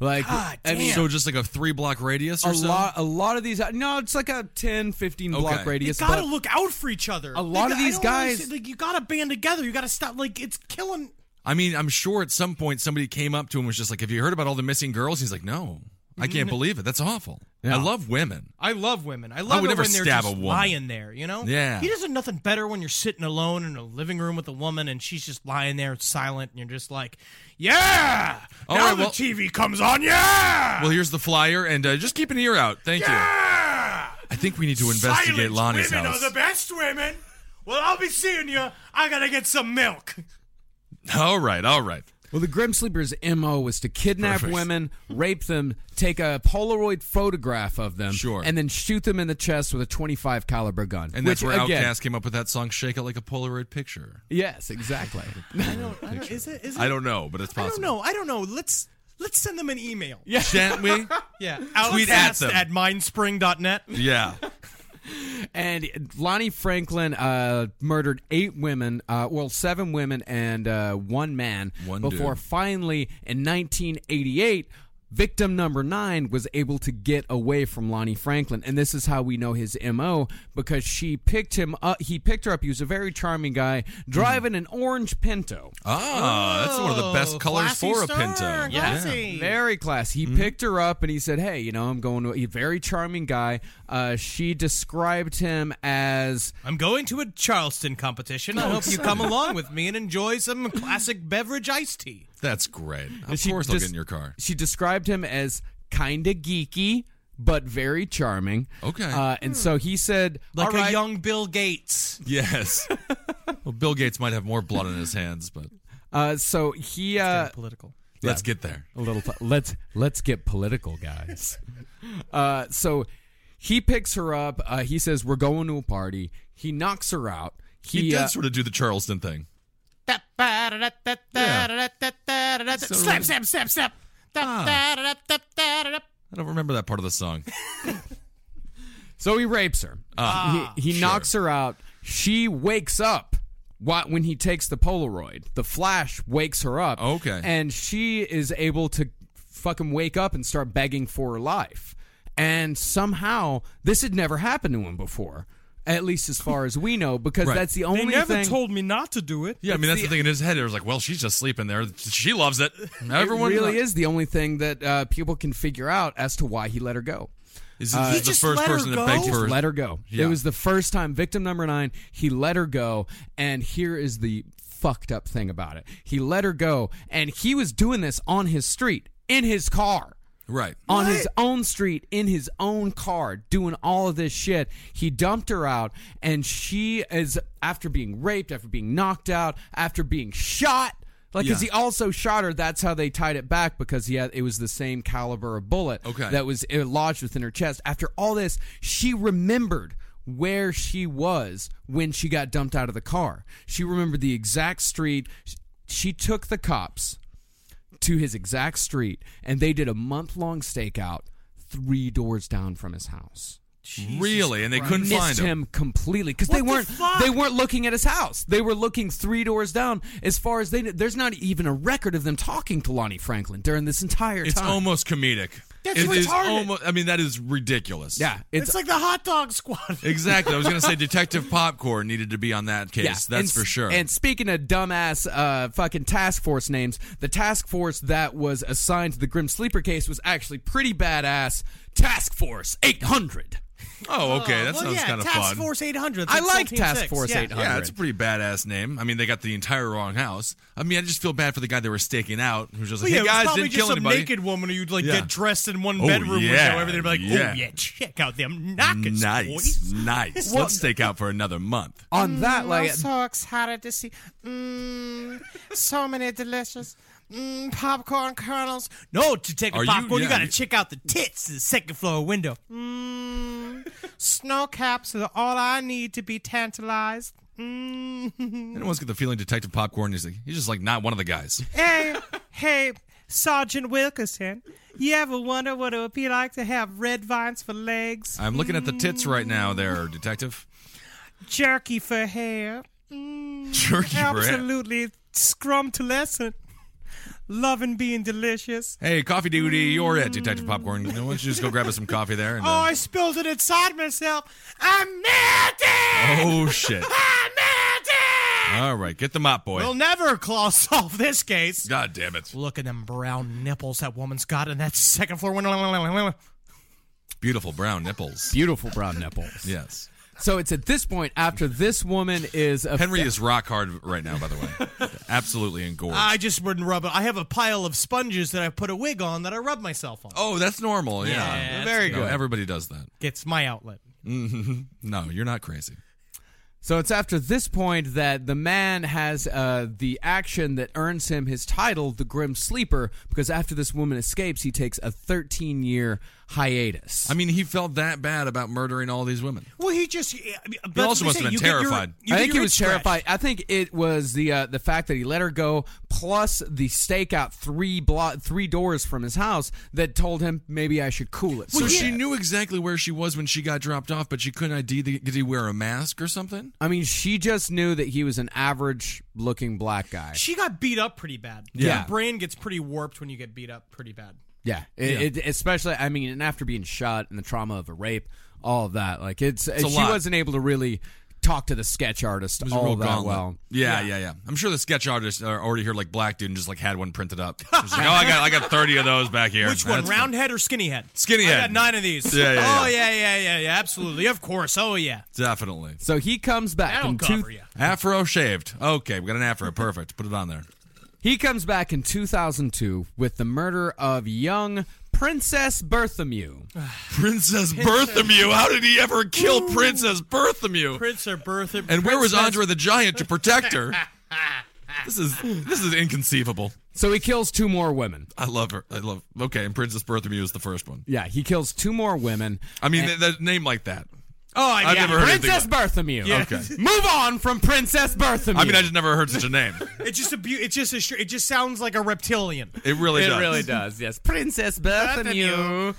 Speaker 7: Like,
Speaker 8: Ah,
Speaker 7: I mean,
Speaker 4: So just like a three block radius or
Speaker 7: a
Speaker 4: so.
Speaker 7: lot a lot of these uh, no it's like a 10 15 block
Speaker 4: Okay.
Speaker 7: radius
Speaker 6: you gotta
Speaker 7: but
Speaker 6: look out for each other.
Speaker 7: A lot
Speaker 6: Like,
Speaker 7: of
Speaker 6: I
Speaker 7: these
Speaker 6: don't
Speaker 7: guys-
Speaker 6: understand, like you gotta band together. You gotta stop. Like it's killing.
Speaker 4: I mean, I'm sure at some point somebody came up to him and was just like, "Have you heard about all the missing girls?" He's like, "No, I
Speaker 6: Mm-hmm.
Speaker 4: can't believe it. That's awful. I love women."
Speaker 6: I love women. I love
Speaker 4: would
Speaker 6: it
Speaker 4: never
Speaker 6: when they're
Speaker 4: stab
Speaker 6: just
Speaker 4: a woman.
Speaker 6: lying there. You know.
Speaker 4: Yeah.
Speaker 6: He doesn't nothing better when you're sitting alone in a living room with a woman and she's just lying there silent, and you're just like, yeah.
Speaker 4: All
Speaker 6: now
Speaker 4: right,
Speaker 6: the
Speaker 4: well-
Speaker 6: TV comes on. Yeah.
Speaker 4: Well, here's the flyer, and uh, just keep an ear out. Thank you.
Speaker 6: yeah!
Speaker 4: I think we need to investigate
Speaker 6: Silence
Speaker 4: Lonnie's
Speaker 6: women
Speaker 4: house.
Speaker 6: are the best women. Well, I'll be seeing you. I gotta get some milk.
Speaker 4: All right, all right.
Speaker 7: well the grim sleeper's mo was to kidnap
Speaker 4: Perfect.
Speaker 7: women rape them take a polaroid photograph of them
Speaker 4: Sure.
Speaker 7: and then shoot them in the chest with a 25 caliber gun
Speaker 4: And that's
Speaker 7: which,
Speaker 4: where
Speaker 7: again,
Speaker 4: Outcast came up with that song "Shake It Like a Polaroid Picture."
Speaker 7: yes exactly
Speaker 6: is it? Is
Speaker 4: I don't know, but it's
Speaker 6: I
Speaker 4: possible.
Speaker 6: don't know. I don't know. Let's let's send them an email.
Speaker 4: Yeah. Shan't we?
Speaker 6: Yeah.
Speaker 4: Tweet at them.
Speaker 6: at mindspring.net.
Speaker 4: yeah.
Speaker 7: and lonnie franklin uh, murdered eight women uh, well seven women and uh, one man
Speaker 4: One
Speaker 7: before
Speaker 4: dude.
Speaker 7: finally in 1988 victim number nine was able to get away from lonnie franklin and this is how we know his mo because she picked him up he picked her up he was a very charming guy driving an orange pinto
Speaker 4: Ah, that's one of the best colors
Speaker 6: Oh, classy
Speaker 4: for a
Speaker 6: star,
Speaker 4: Pinto.
Speaker 6: classy.
Speaker 7: Very class. He
Speaker 4: Mm-hmm.
Speaker 7: picked her up and he said, "Hey, you know, I'm going to a very charming guy." Uh, she described him as
Speaker 6: I'm going to a Charleston competition. I hope you come along with me and enjoy some classic beverage iced tea.
Speaker 4: That's great. Of
Speaker 7: She
Speaker 4: course, I'll
Speaker 7: des-
Speaker 4: get in your car.
Speaker 7: She described him as kind of geeky, but very charming.
Speaker 4: Okay.
Speaker 7: Uh, and so he said,
Speaker 6: Like
Speaker 7: "All right."
Speaker 6: a young Bill Gates.
Speaker 4: Yes. well, Bill Gates might have more blood on his hands, but
Speaker 7: Uh, so he. Uh,
Speaker 6: Political.
Speaker 4: let's get there.
Speaker 7: a little. po- let's let's get political, guys. Uh, so he picks her up. Uh, he says, "We're going to a party." He knocks her out. He,
Speaker 4: He did
Speaker 7: uh,
Speaker 4: sort of do the Charleston thing.
Speaker 6: Slap, slap, slap, slap.
Speaker 4: Ah. I don't remember that part of the song.
Speaker 7: So he rapes her. Uh,
Speaker 4: Ah,
Speaker 7: he he knocks her out. She wakes up wh- when he takes the Polaroid. The flash wakes her up.
Speaker 4: Okay.
Speaker 7: And she is able to fucking wake up and start begging for her life. And somehow this had never happened to him before. At least as far as we know, because
Speaker 4: Right.
Speaker 7: that's the only thing.
Speaker 6: me not to do it.
Speaker 4: Yeah, I mean that's the, thing in his head. It was like, well, she's just sleeping there. She loves it. Everyone
Speaker 7: it really is the only thing that uh, people can figure out as to why he let her go.
Speaker 4: Is this the
Speaker 6: just
Speaker 4: first
Speaker 6: let her
Speaker 4: person to
Speaker 6: go?
Speaker 4: beg
Speaker 7: Just
Speaker 4: for?
Speaker 7: let her go.
Speaker 4: Yeah.
Speaker 7: It was the first time, victim number nine, he let her go. And here is the fucked up thing about it. He let her go, and he was doing this on his street, in his car.
Speaker 4: Right. Oh,
Speaker 7: On his own street, in his own car, doing all of this shit. He dumped her out, and she is, after being raped, after being knocked out, after being shot. Like, because
Speaker 4: Yeah.
Speaker 7: he also shot her. That's how they tied it back because he had it was the same caliber of bullet
Speaker 4: Okay.
Speaker 7: that was uh, lodged within her chest. After all this, she remembered where she was when she got dumped out of the car. She remembered the exact street. Sh- She took the cops to his exact street, and they did a month long stakeout three doors down from his house.
Speaker 4: really, and they couldn't find
Speaker 7: Missed
Speaker 4: him.
Speaker 7: him completely because they
Speaker 6: the
Speaker 7: weren't
Speaker 6: fuck?
Speaker 7: they weren't looking at his house. They were looking three doors down. As far as they kn- there's not even a record of them talking to Lonnie Franklin during this entire
Speaker 4: It's
Speaker 7: time.
Speaker 4: almost comedic.
Speaker 6: That's
Speaker 4: It is
Speaker 6: retarded.
Speaker 4: almost. I mean, that is ridiculous.
Speaker 7: yeah,
Speaker 6: It's, like the hot dog squad.
Speaker 4: Exactly. I was going to say Detective Popcorn needed to be on that case. That's
Speaker 7: and s-
Speaker 4: for sure.
Speaker 7: And speaking of dumbass uh, fucking task force names, the task force that was assigned to the Grim Sleeper case was actually pretty badass. Task Force 800.
Speaker 4: Oh, okay. That
Speaker 6: well,
Speaker 4: sounds
Speaker 6: yeah,
Speaker 4: kind of
Speaker 6: Task
Speaker 4: fun.
Speaker 6: Force 800.
Speaker 7: I
Speaker 6: That's
Speaker 7: like
Speaker 6: Team
Speaker 7: Task
Speaker 6: Six,
Speaker 7: Force
Speaker 6: yeah.
Speaker 7: 800.
Speaker 4: Yeah, it's a pretty badass name. I mean, they got the entire wrong house. I mean, I just feel bad for the guy they were staking out, who's just
Speaker 6: Well, yeah,
Speaker 4: like, "Hey
Speaker 6: it was
Speaker 4: guys,
Speaker 6: probably
Speaker 4: didn't
Speaker 6: just
Speaker 4: kill
Speaker 6: some
Speaker 4: anybody."
Speaker 6: naked woman who'd like
Speaker 4: Yeah.
Speaker 6: get dressed in one
Speaker 4: Oh,
Speaker 6: bedroom
Speaker 4: yeah,
Speaker 6: or show everything. Be like,
Speaker 4: yeah.
Speaker 6: oh yeah, check out them knockers,
Speaker 4: nice,
Speaker 6: boys.
Speaker 4: nice.
Speaker 6: Well-
Speaker 4: Let's stake out for another month.
Speaker 7: On that, like,
Speaker 6: so excited to see. Mmm, so many delicious. Mmm, popcorn kernels. No, to take
Speaker 4: Are
Speaker 6: the
Speaker 4: you-
Speaker 6: popcorn, you,
Speaker 4: yeah,
Speaker 6: gotta
Speaker 4: you-
Speaker 6: check out the tits in the second floor window. Mmm, snow caps are all I need to be tantalized. Mmm.
Speaker 4: Anyone else get the feeling Detective Popcorn is like, he's just like not one of the guys.
Speaker 6: hey, hey, Sergeant Wilkerson. You ever wonder what it would be like to have red vines for legs,
Speaker 4: I'm looking at the tits right now, there, Detective.
Speaker 6: jerky for hair? Mm,
Speaker 4: Jerky for hair.
Speaker 6: Absolutely scrumtulescent. Loving being delicious.
Speaker 4: Hey, coffee duty, you're it, Detective Popcorn. You know, why don't you just go grab us some coffee there? And,
Speaker 6: Oh,
Speaker 4: uh,
Speaker 6: I spilled it inside myself. I'm melting!
Speaker 4: oh shit!
Speaker 6: I'm melting!
Speaker 4: All right, get the mop, boy.
Speaker 6: We'll never claw solve this case.
Speaker 4: God damn it!
Speaker 6: Look at them brown nipples that woman's got in that second floor window.
Speaker 4: Beautiful brown nipples.
Speaker 7: beautiful brown nipples.
Speaker 4: Yes.
Speaker 7: So it's at this point after this woman is a
Speaker 4: Henry is rock hard right now, by the way. Absolutely engorged.
Speaker 6: I just wouldn't rub it. I have a pile of sponges that I put a wig on that I rub myself on.
Speaker 4: oh, that's normal. Yeah.
Speaker 6: Yeah, Very
Speaker 4: No, everybody does that. Mm-hmm.
Speaker 6: It's my outlet.
Speaker 4: No, you're not crazy.
Speaker 7: So it's after this point that the man has uh, the action that earns him his title, the Grim Sleeper, because after this woman escapes, he takes a 13 year hiatus.
Speaker 4: I mean, he felt that bad about murdering all these women.
Speaker 6: Well, he just. He
Speaker 4: also must have been terrified.
Speaker 7: I think he was terrified. I think it was the uh, the fact that he let her go, plus the stakeout three blo- three doors from his house that told him maybe I should cool it.
Speaker 4: So
Speaker 7: So
Speaker 4: she knew exactly where she was when she got dropped off, but she couldn't ID. The, did he wear a mask or something?
Speaker 7: I mean, she just knew that he was an average looking black guy.
Speaker 6: She got beat up pretty bad.
Speaker 7: Yeah.
Speaker 6: Your brain gets pretty warped when you get beat up pretty bad.
Speaker 7: Yeah, it, It, especially I mean, and after being shot and the trauma of a rape, all of that, like it's,
Speaker 4: a
Speaker 7: she
Speaker 4: lot.
Speaker 7: wasn't able to really talk to the sketch artist
Speaker 4: It was a
Speaker 6: Oh,
Speaker 7: all
Speaker 4: real
Speaker 7: that
Speaker 4: gauntlet.
Speaker 7: well.
Speaker 4: Yeah, yeah, yeah, I'm sure the sketch artists are already here, like black dude, and just like had one printed up. She's like, oh, I got, I got thirty of those back here.
Speaker 6: Which one,
Speaker 4: That's-
Speaker 6: round head or skinny head?
Speaker 4: Skinny
Speaker 6: I
Speaker 4: head.
Speaker 6: got nine of these.
Speaker 4: Yeah, yeah,
Speaker 6: Oh,
Speaker 4: yeah.
Speaker 6: yeah, yeah, yeah, yeah. Absolutely. Of course. Oh, yeah.
Speaker 4: Definitely.
Speaker 7: So he comes back
Speaker 6: That'll
Speaker 7: in two-
Speaker 6: cover you.
Speaker 4: Afro shaved. Okay, we got an afro. Perfect. Put it on there.
Speaker 7: he comes back in 2002 with the murder of young Princess Berthamew.
Speaker 4: Princess Berthamew. How did he ever kill Princess Berthamew?
Speaker 6: Prince or birth.
Speaker 4: and where was Andre the Giant to protect her? this is this is inconceivable.
Speaker 7: So he kills two more women.
Speaker 4: I love her. I love. Okay, and Princess Berthamew is the first one.
Speaker 7: Yeah, he kills two more women.
Speaker 4: I mean, th- that name like that.
Speaker 6: Oh,
Speaker 4: I've
Speaker 6: yeah.
Speaker 4: never heard anything
Speaker 7: Princess
Speaker 4: like-
Speaker 7: Berthamew.
Speaker 4: Okay.
Speaker 7: Move on from Princess Berthamew.
Speaker 4: I mean, I just never heard such a name.
Speaker 6: It's just a beau It's just a. str- It just sounds like a reptilian.
Speaker 4: It really
Speaker 7: it
Speaker 4: does.
Speaker 7: really does. Yes, Princess Berthamew.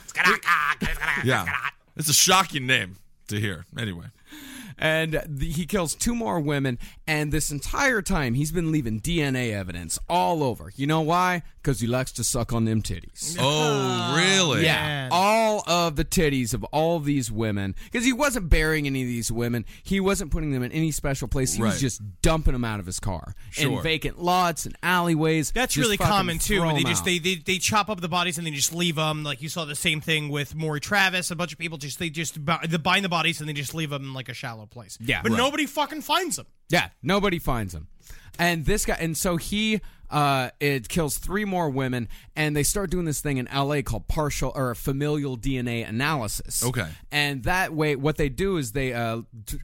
Speaker 4: Yeah. It's a shocking name to hear. Anyway.
Speaker 7: and the, he kills two more women and this entire time he's been leaving dna evidence all over you know why because he likes to suck on them titties
Speaker 4: Oh, really?
Speaker 7: yeah all of the titties of all these women because he wasn't burying any of these women he wasn't putting them in any special place he
Speaker 4: Right.
Speaker 7: was just dumping them out of his car
Speaker 4: Sure.
Speaker 7: in vacant lots and alleyways
Speaker 6: That's
Speaker 7: just
Speaker 6: really
Speaker 7: fucking
Speaker 6: common too.
Speaker 7: throw
Speaker 6: Where they
Speaker 7: 'em
Speaker 6: just
Speaker 7: out.
Speaker 6: they, they they chop up the bodies and they just leave them. Like you saw the same thing with Maury Travis. A bunch of people just they just bu- they bind the bodies and they just leave them in like a shallow place.
Speaker 7: Yeah,
Speaker 6: but
Speaker 7: right.
Speaker 6: nobody fucking finds them.
Speaker 7: Yeah, nobody finds him. And this guy, and so he, uh, it kills three more women, and they start doing this thing in LA called partial or familial DNA analysis.
Speaker 4: Okay.
Speaker 7: And that way, what they do is they uh,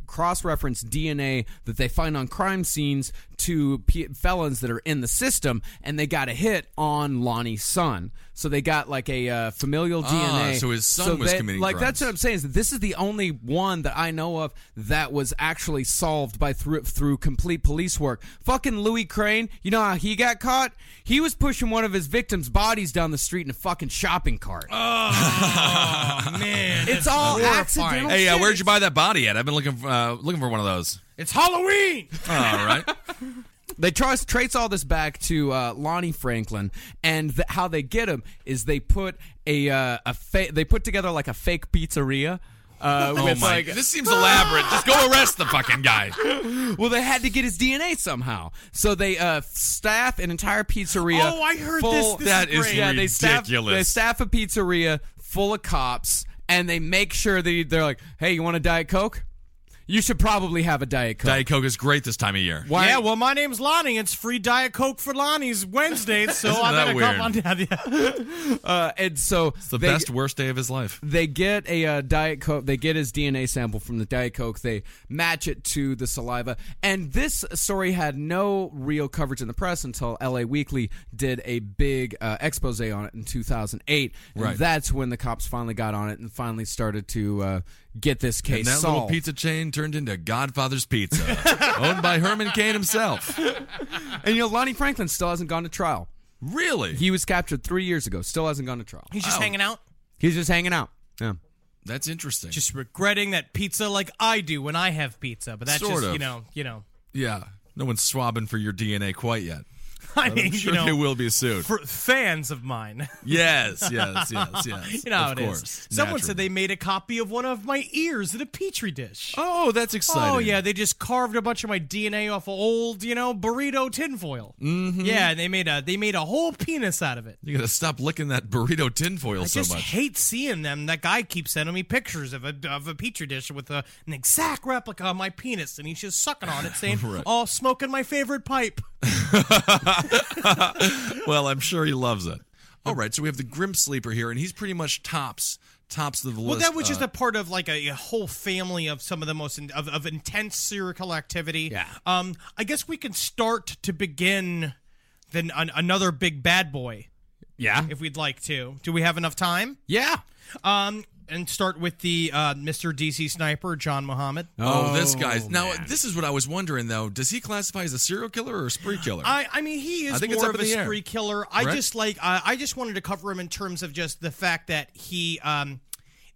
Speaker 7: cross reference DNA that they find on crime scenes to p- felons that are in the system, and they got a hit on Lonnie's son. So they got like a uh, familial
Speaker 4: Ah,
Speaker 7: DNA.
Speaker 4: so his son was committing
Speaker 7: Like,
Speaker 4: crimes.
Speaker 7: that's what I'm saying is that this is the only one that I know of that was actually solved by through, through complete police work. Fucking Louis Crane, you know how he got caught? He was pushing one of his victims' bodies down the street in a fucking shopping cart.
Speaker 6: Oh man,
Speaker 7: it's all
Speaker 6: horrifying.
Speaker 7: accidental.
Speaker 4: Hey, uh,
Speaker 7: shit.
Speaker 4: where'd you buy that body at? I've been looking for, uh, looking for one of those.
Speaker 6: It's Halloween.
Speaker 4: All right.
Speaker 7: They trace, trace all this back to uh, Lonnie Franklin, and th- how they get him is they put a uh, a fa- they put together like a fake pizzeria. Uh,
Speaker 4: Oh
Speaker 7: with
Speaker 4: my!
Speaker 7: like
Speaker 4: this seems elaborate. Just go arrest the fucking guy.
Speaker 7: Well, they had to get his DNA somehow, so they uh, staff an entire pizzeria.
Speaker 6: Oh, I heard
Speaker 7: full-
Speaker 6: this. This
Speaker 4: That is
Speaker 6: great.
Speaker 7: yeah, they staff
Speaker 4: ridiculous.
Speaker 7: they staff a pizzeria full of cops. and they make sure that they're like, "Hey, you want a diet coke? You should probably have a diet coke."
Speaker 4: Diet Coke is great this time of year.
Speaker 7: Why-
Speaker 6: Yeah, well, my name's Lonnie. It's free Diet Coke for Lonnie's Wednesdays, so
Speaker 4: Isn't
Speaker 6: I
Speaker 4: that
Speaker 6: better
Speaker 4: weird?
Speaker 6: come on down. Yeah.
Speaker 7: Uh, and so
Speaker 4: It's the
Speaker 7: they-
Speaker 4: best worst day of his life.
Speaker 7: they get a uh, diet coke they get his dna sample from the diet coke they match it to the saliva and this story had no real coverage in the press until la weekly did a big uh, expose on it in 2008 and
Speaker 4: Right.
Speaker 7: that's when the cops finally got on it and finally started to uh, get this
Speaker 4: And
Speaker 7: case
Speaker 4: that little
Speaker 7: solved
Speaker 4: pizza chain turned into Godfather's Pizza, owned by Herman Cain himself.
Speaker 7: and you know lonnie franklin still hasn't gone to trial
Speaker 4: Really?
Speaker 7: he was captured three years ago still hasn't gone to trial
Speaker 6: He's just hanging out,
Speaker 7: he's just hanging out yeah
Speaker 4: That's interesting.
Speaker 6: just regretting that pizza like I do when I have pizza. But that's
Speaker 4: Sort
Speaker 6: just
Speaker 4: of.
Speaker 6: you know, you know.
Speaker 4: yeah. No one's swabbing for your DNA quite yet.
Speaker 6: I
Speaker 4: But
Speaker 6: mean,
Speaker 4: I'm sure
Speaker 6: you know,
Speaker 4: they will be soon.
Speaker 6: for fans of mine.
Speaker 4: yes, yes, yes, yes.
Speaker 6: you know how
Speaker 4: of
Speaker 6: it is.
Speaker 4: course.
Speaker 6: Someone said
Speaker 4: Naturally.
Speaker 6: they made a copy of one of my ears in a petri dish.
Speaker 4: Oh, that's exciting.
Speaker 6: Oh yeah, they just carved a bunch of my DNA off of old, you know, burrito tinfoil. Mm-hmm. Yeah, and they made a they made a whole penis out of it.
Speaker 4: You gotta stop licking that burrito tinfoil
Speaker 6: I
Speaker 4: so
Speaker 6: just
Speaker 4: much.
Speaker 6: hate seeing them. That guy keeps sending me pictures of a of a petri dish with a, an exact replica of my penis, and he's just sucking on it, saying,
Speaker 4: Right.
Speaker 6: "Oh, smoking my favorite pipe."
Speaker 4: well, I'm sure he loves it. All right, so we have the Grim Sleeper here, and he's pretty much tops tops of the
Speaker 6: Well,
Speaker 4: list.
Speaker 6: that was just
Speaker 4: uh,
Speaker 6: a part of like a, a whole family of some of the most in, of, of intense serial activity.
Speaker 7: Yeah.
Speaker 6: Um, I guess we can start to begin then an, another big bad boy
Speaker 7: yeah
Speaker 6: if we'd like to. Do we have enough time?
Speaker 7: yeah
Speaker 6: Um, and start with the uh, Mr. DC sniper John Muhammad.
Speaker 4: Oh, this guy's now.
Speaker 7: man.
Speaker 4: This is what I was wondering though. Does he classify as a serial killer or a spree killer?
Speaker 6: I, I mean, he is
Speaker 4: I think it's
Speaker 6: more
Speaker 4: up
Speaker 6: of a
Speaker 4: in the air.
Speaker 6: spree killer. I
Speaker 4: Correct?
Speaker 6: just like I I just wanted to cover him in terms of just the fact that he um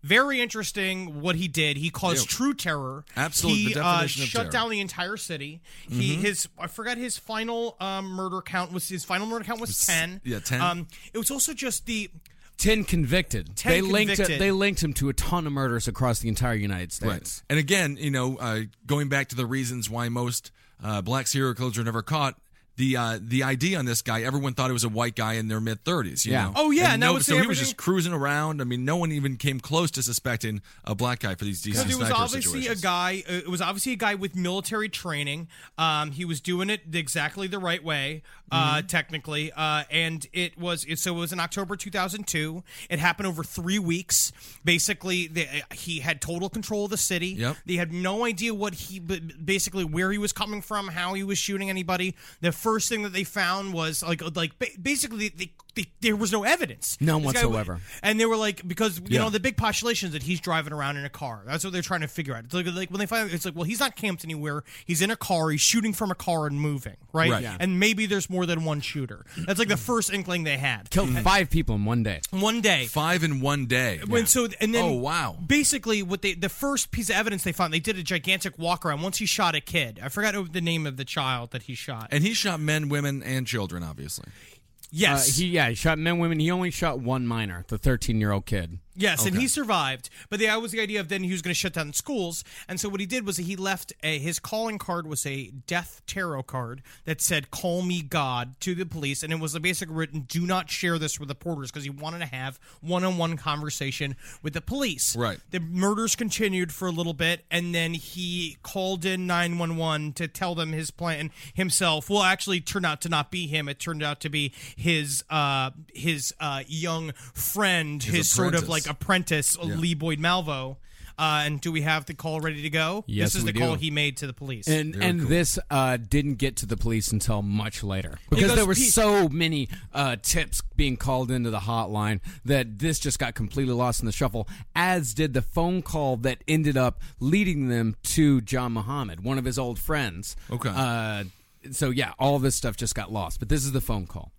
Speaker 6: very interesting what he did. He caused
Speaker 4: Yeah.
Speaker 6: true terror.
Speaker 4: Absolute-
Speaker 6: He
Speaker 4: the
Speaker 6: uh,
Speaker 4: definition of
Speaker 6: shut
Speaker 4: terror. Mm-hmm.
Speaker 6: down the entire city. He his I forgot his final um, murder count was his final murder count was, ten.
Speaker 4: yeah, 10.
Speaker 6: Um, it was also just the
Speaker 7: 10 convicted.
Speaker 6: 10
Speaker 7: they linked
Speaker 6: convicted.
Speaker 7: they linked him to a ton of murders across the entire United States.
Speaker 4: And again, you know, uh, going back to the reasons why most uh, black serial killers are never caught. The uh, the ID on this guy, everyone thought it was a white guy in their mid thirties.
Speaker 7: Yeah.
Speaker 4: Know?
Speaker 6: Oh, yeah, and that
Speaker 4: no-
Speaker 6: would
Speaker 4: so
Speaker 6: say
Speaker 4: he was
Speaker 6: everything.
Speaker 4: just cruising around. I mean, no one even came close to suspecting a black guy for these DC
Speaker 6: Because it was
Speaker 4: sniper
Speaker 6: obviously
Speaker 4: situations.
Speaker 6: a guy. uh, It was obviously a guy with military training. Um, he was doing it exactly the right way, uh,
Speaker 4: Mm-hmm.
Speaker 6: technically. Uh, and it was it, so it was in October 2002. It happened over three weeks. Basically, the, uh, he had total control of the city.
Speaker 4: Yep.
Speaker 6: They had no idea what he b- basically where he was coming from, how he was shooting anybody. The first thing that they found was like like ba- basically they, they, there was no evidence.
Speaker 7: None
Speaker 6: This guy w-
Speaker 7: whatsoever.
Speaker 6: and they were like, because you
Speaker 4: Yeah.
Speaker 6: know the big postulation is that he's driving around in a car. That's what they're trying to figure out. It's like, like when they find it's like, well, he's not camped anywhere. He's in a car. He's shooting from a car and moving, right?
Speaker 4: Right. Yeah.
Speaker 6: And maybe there's more than one shooter. That's like the first inkling they had.
Speaker 7: Killed 5 people in one day.
Speaker 6: One day,
Speaker 4: five in one day.
Speaker 6: when so and then
Speaker 4: oh wow,
Speaker 6: basically what they the first piece of evidence they found they did a gigantic walk around once he shot a kid i forgot the name of the child that he shot
Speaker 4: and he shot men, women, and children. Obviously,
Speaker 7: Uh,
Speaker 6: yes
Speaker 7: he yeah, he shot men women. He only shot one minor, the 13-year-old kid.
Speaker 6: Yes, and he survived. But that was the idea of then he was going to shut down schools. And so what he did was he left a, his calling card was a death tarot card that said "Call me God" to the police, and it was basically written "Do not share this with the porters" because he wanted to have one-on-one conversation with the police.
Speaker 4: Right.
Speaker 6: The murders continued for a little bit, and then he called in nine one one to tell them his plan himself. Well, actually, it turned out to not be him. It turned out to be his uh his uh young friend, his, sort of
Speaker 4: apprentice.
Speaker 6: like a apprentice Lee Boyd Malvo. Uh, and do we have the call ready to go?
Speaker 7: Yes,
Speaker 6: this is
Speaker 7: we
Speaker 6: the call
Speaker 7: do.
Speaker 6: he made to the police.
Speaker 7: And and this uh, didn't get to the police until much later because,
Speaker 6: Because
Speaker 7: there were
Speaker 6: pe-
Speaker 7: so many uh, tips being called into the hotline that this just got completely lost in the shuffle. As did the phone call that ended up leading them to John Muhammad, one of his old friends.
Speaker 4: Okay.
Speaker 7: Uh, so yeah, all this stuff just got lost. But this is the phone call.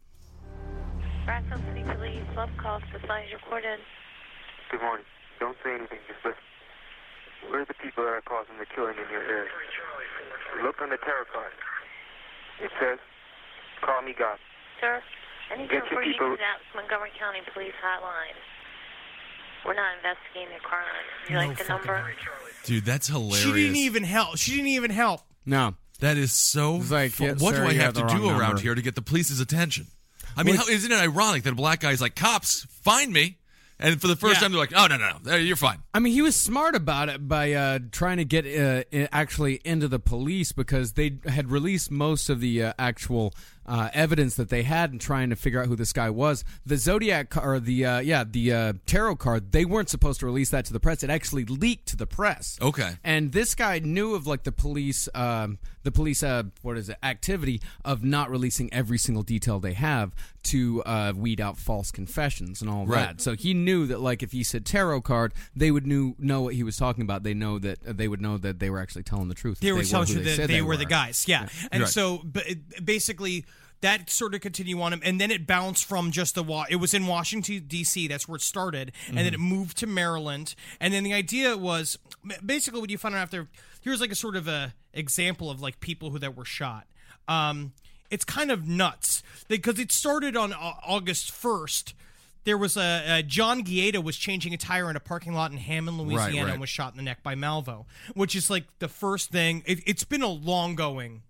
Speaker 12: Bransfield City Police, love calls, the signs reported.
Speaker 3: Good morning. Don't say anything, just listen. Where are the people that are causing the killing in your area? Look on the tarot card. It says, call me God.
Speaker 12: Sir, I need to
Speaker 3: Get your
Speaker 12: report you
Speaker 3: people-
Speaker 12: to that Montgomery County Police Hotline. We're not investigating the crime. You like the number?
Speaker 4: dude, that's hilarious.
Speaker 6: she didn't even help. She didn't even help.
Speaker 7: No,
Speaker 4: That is so.
Speaker 7: It's like,
Speaker 4: fu-
Speaker 7: yeah,
Speaker 4: what
Speaker 7: sir,
Speaker 4: do I
Speaker 7: you
Speaker 4: have
Speaker 7: have
Speaker 4: to
Speaker 7: the
Speaker 4: do
Speaker 7: wrong
Speaker 4: around
Speaker 7: number.
Speaker 4: here to get the police's attention? I mean,
Speaker 7: Well,
Speaker 4: how, isn't it ironic that a black guy's like, cops, find me, And for the first
Speaker 7: Yeah.
Speaker 4: time, they're like, "Oh no, no, no, you're fine."
Speaker 7: I mean, he was smart about it by uh, trying to get uh, i- actually into the police because they had released most of the uh, actual uh, evidence that they had in trying to figure out who this guy was. The Zodiac ca- or the uh, yeah the uh, tarot card they weren't supposed to release that to the press. It actually leaked to the press.
Speaker 4: Okay.
Speaker 7: And this guy knew of like the police, um, the police, uh, what is it, activity of not releasing every single detail they have to uh, weed out false confessions and all
Speaker 4: Right.
Speaker 7: that. So he knew that like if he said tarot card, they would knew know what he was talking about. They know that uh, they would know that they were actually telling the truth.
Speaker 6: They
Speaker 7: if
Speaker 6: were telling
Speaker 7: who
Speaker 6: you that
Speaker 7: said
Speaker 6: they, were, the guys. Yeah. And
Speaker 7: Right.
Speaker 6: so but it- basically that sort of continued on him and then it bounced from just the wa- it was in Washington DC that's where it started and then
Speaker 13: Mhm.
Speaker 6: it moved to Maryland and then the idea was basically what you found out after here's like a sort of a example of like people who that were shot um it's kind of nuts because it started on Au- August 1st there was a, a John Guieta was changing a tire in a parking lot in Hammond,
Speaker 13: Right,
Speaker 6: Louisiana,
Speaker 13: right.
Speaker 6: and was shot in the neck by Malvo, which is like the first thing. It, it's been a long going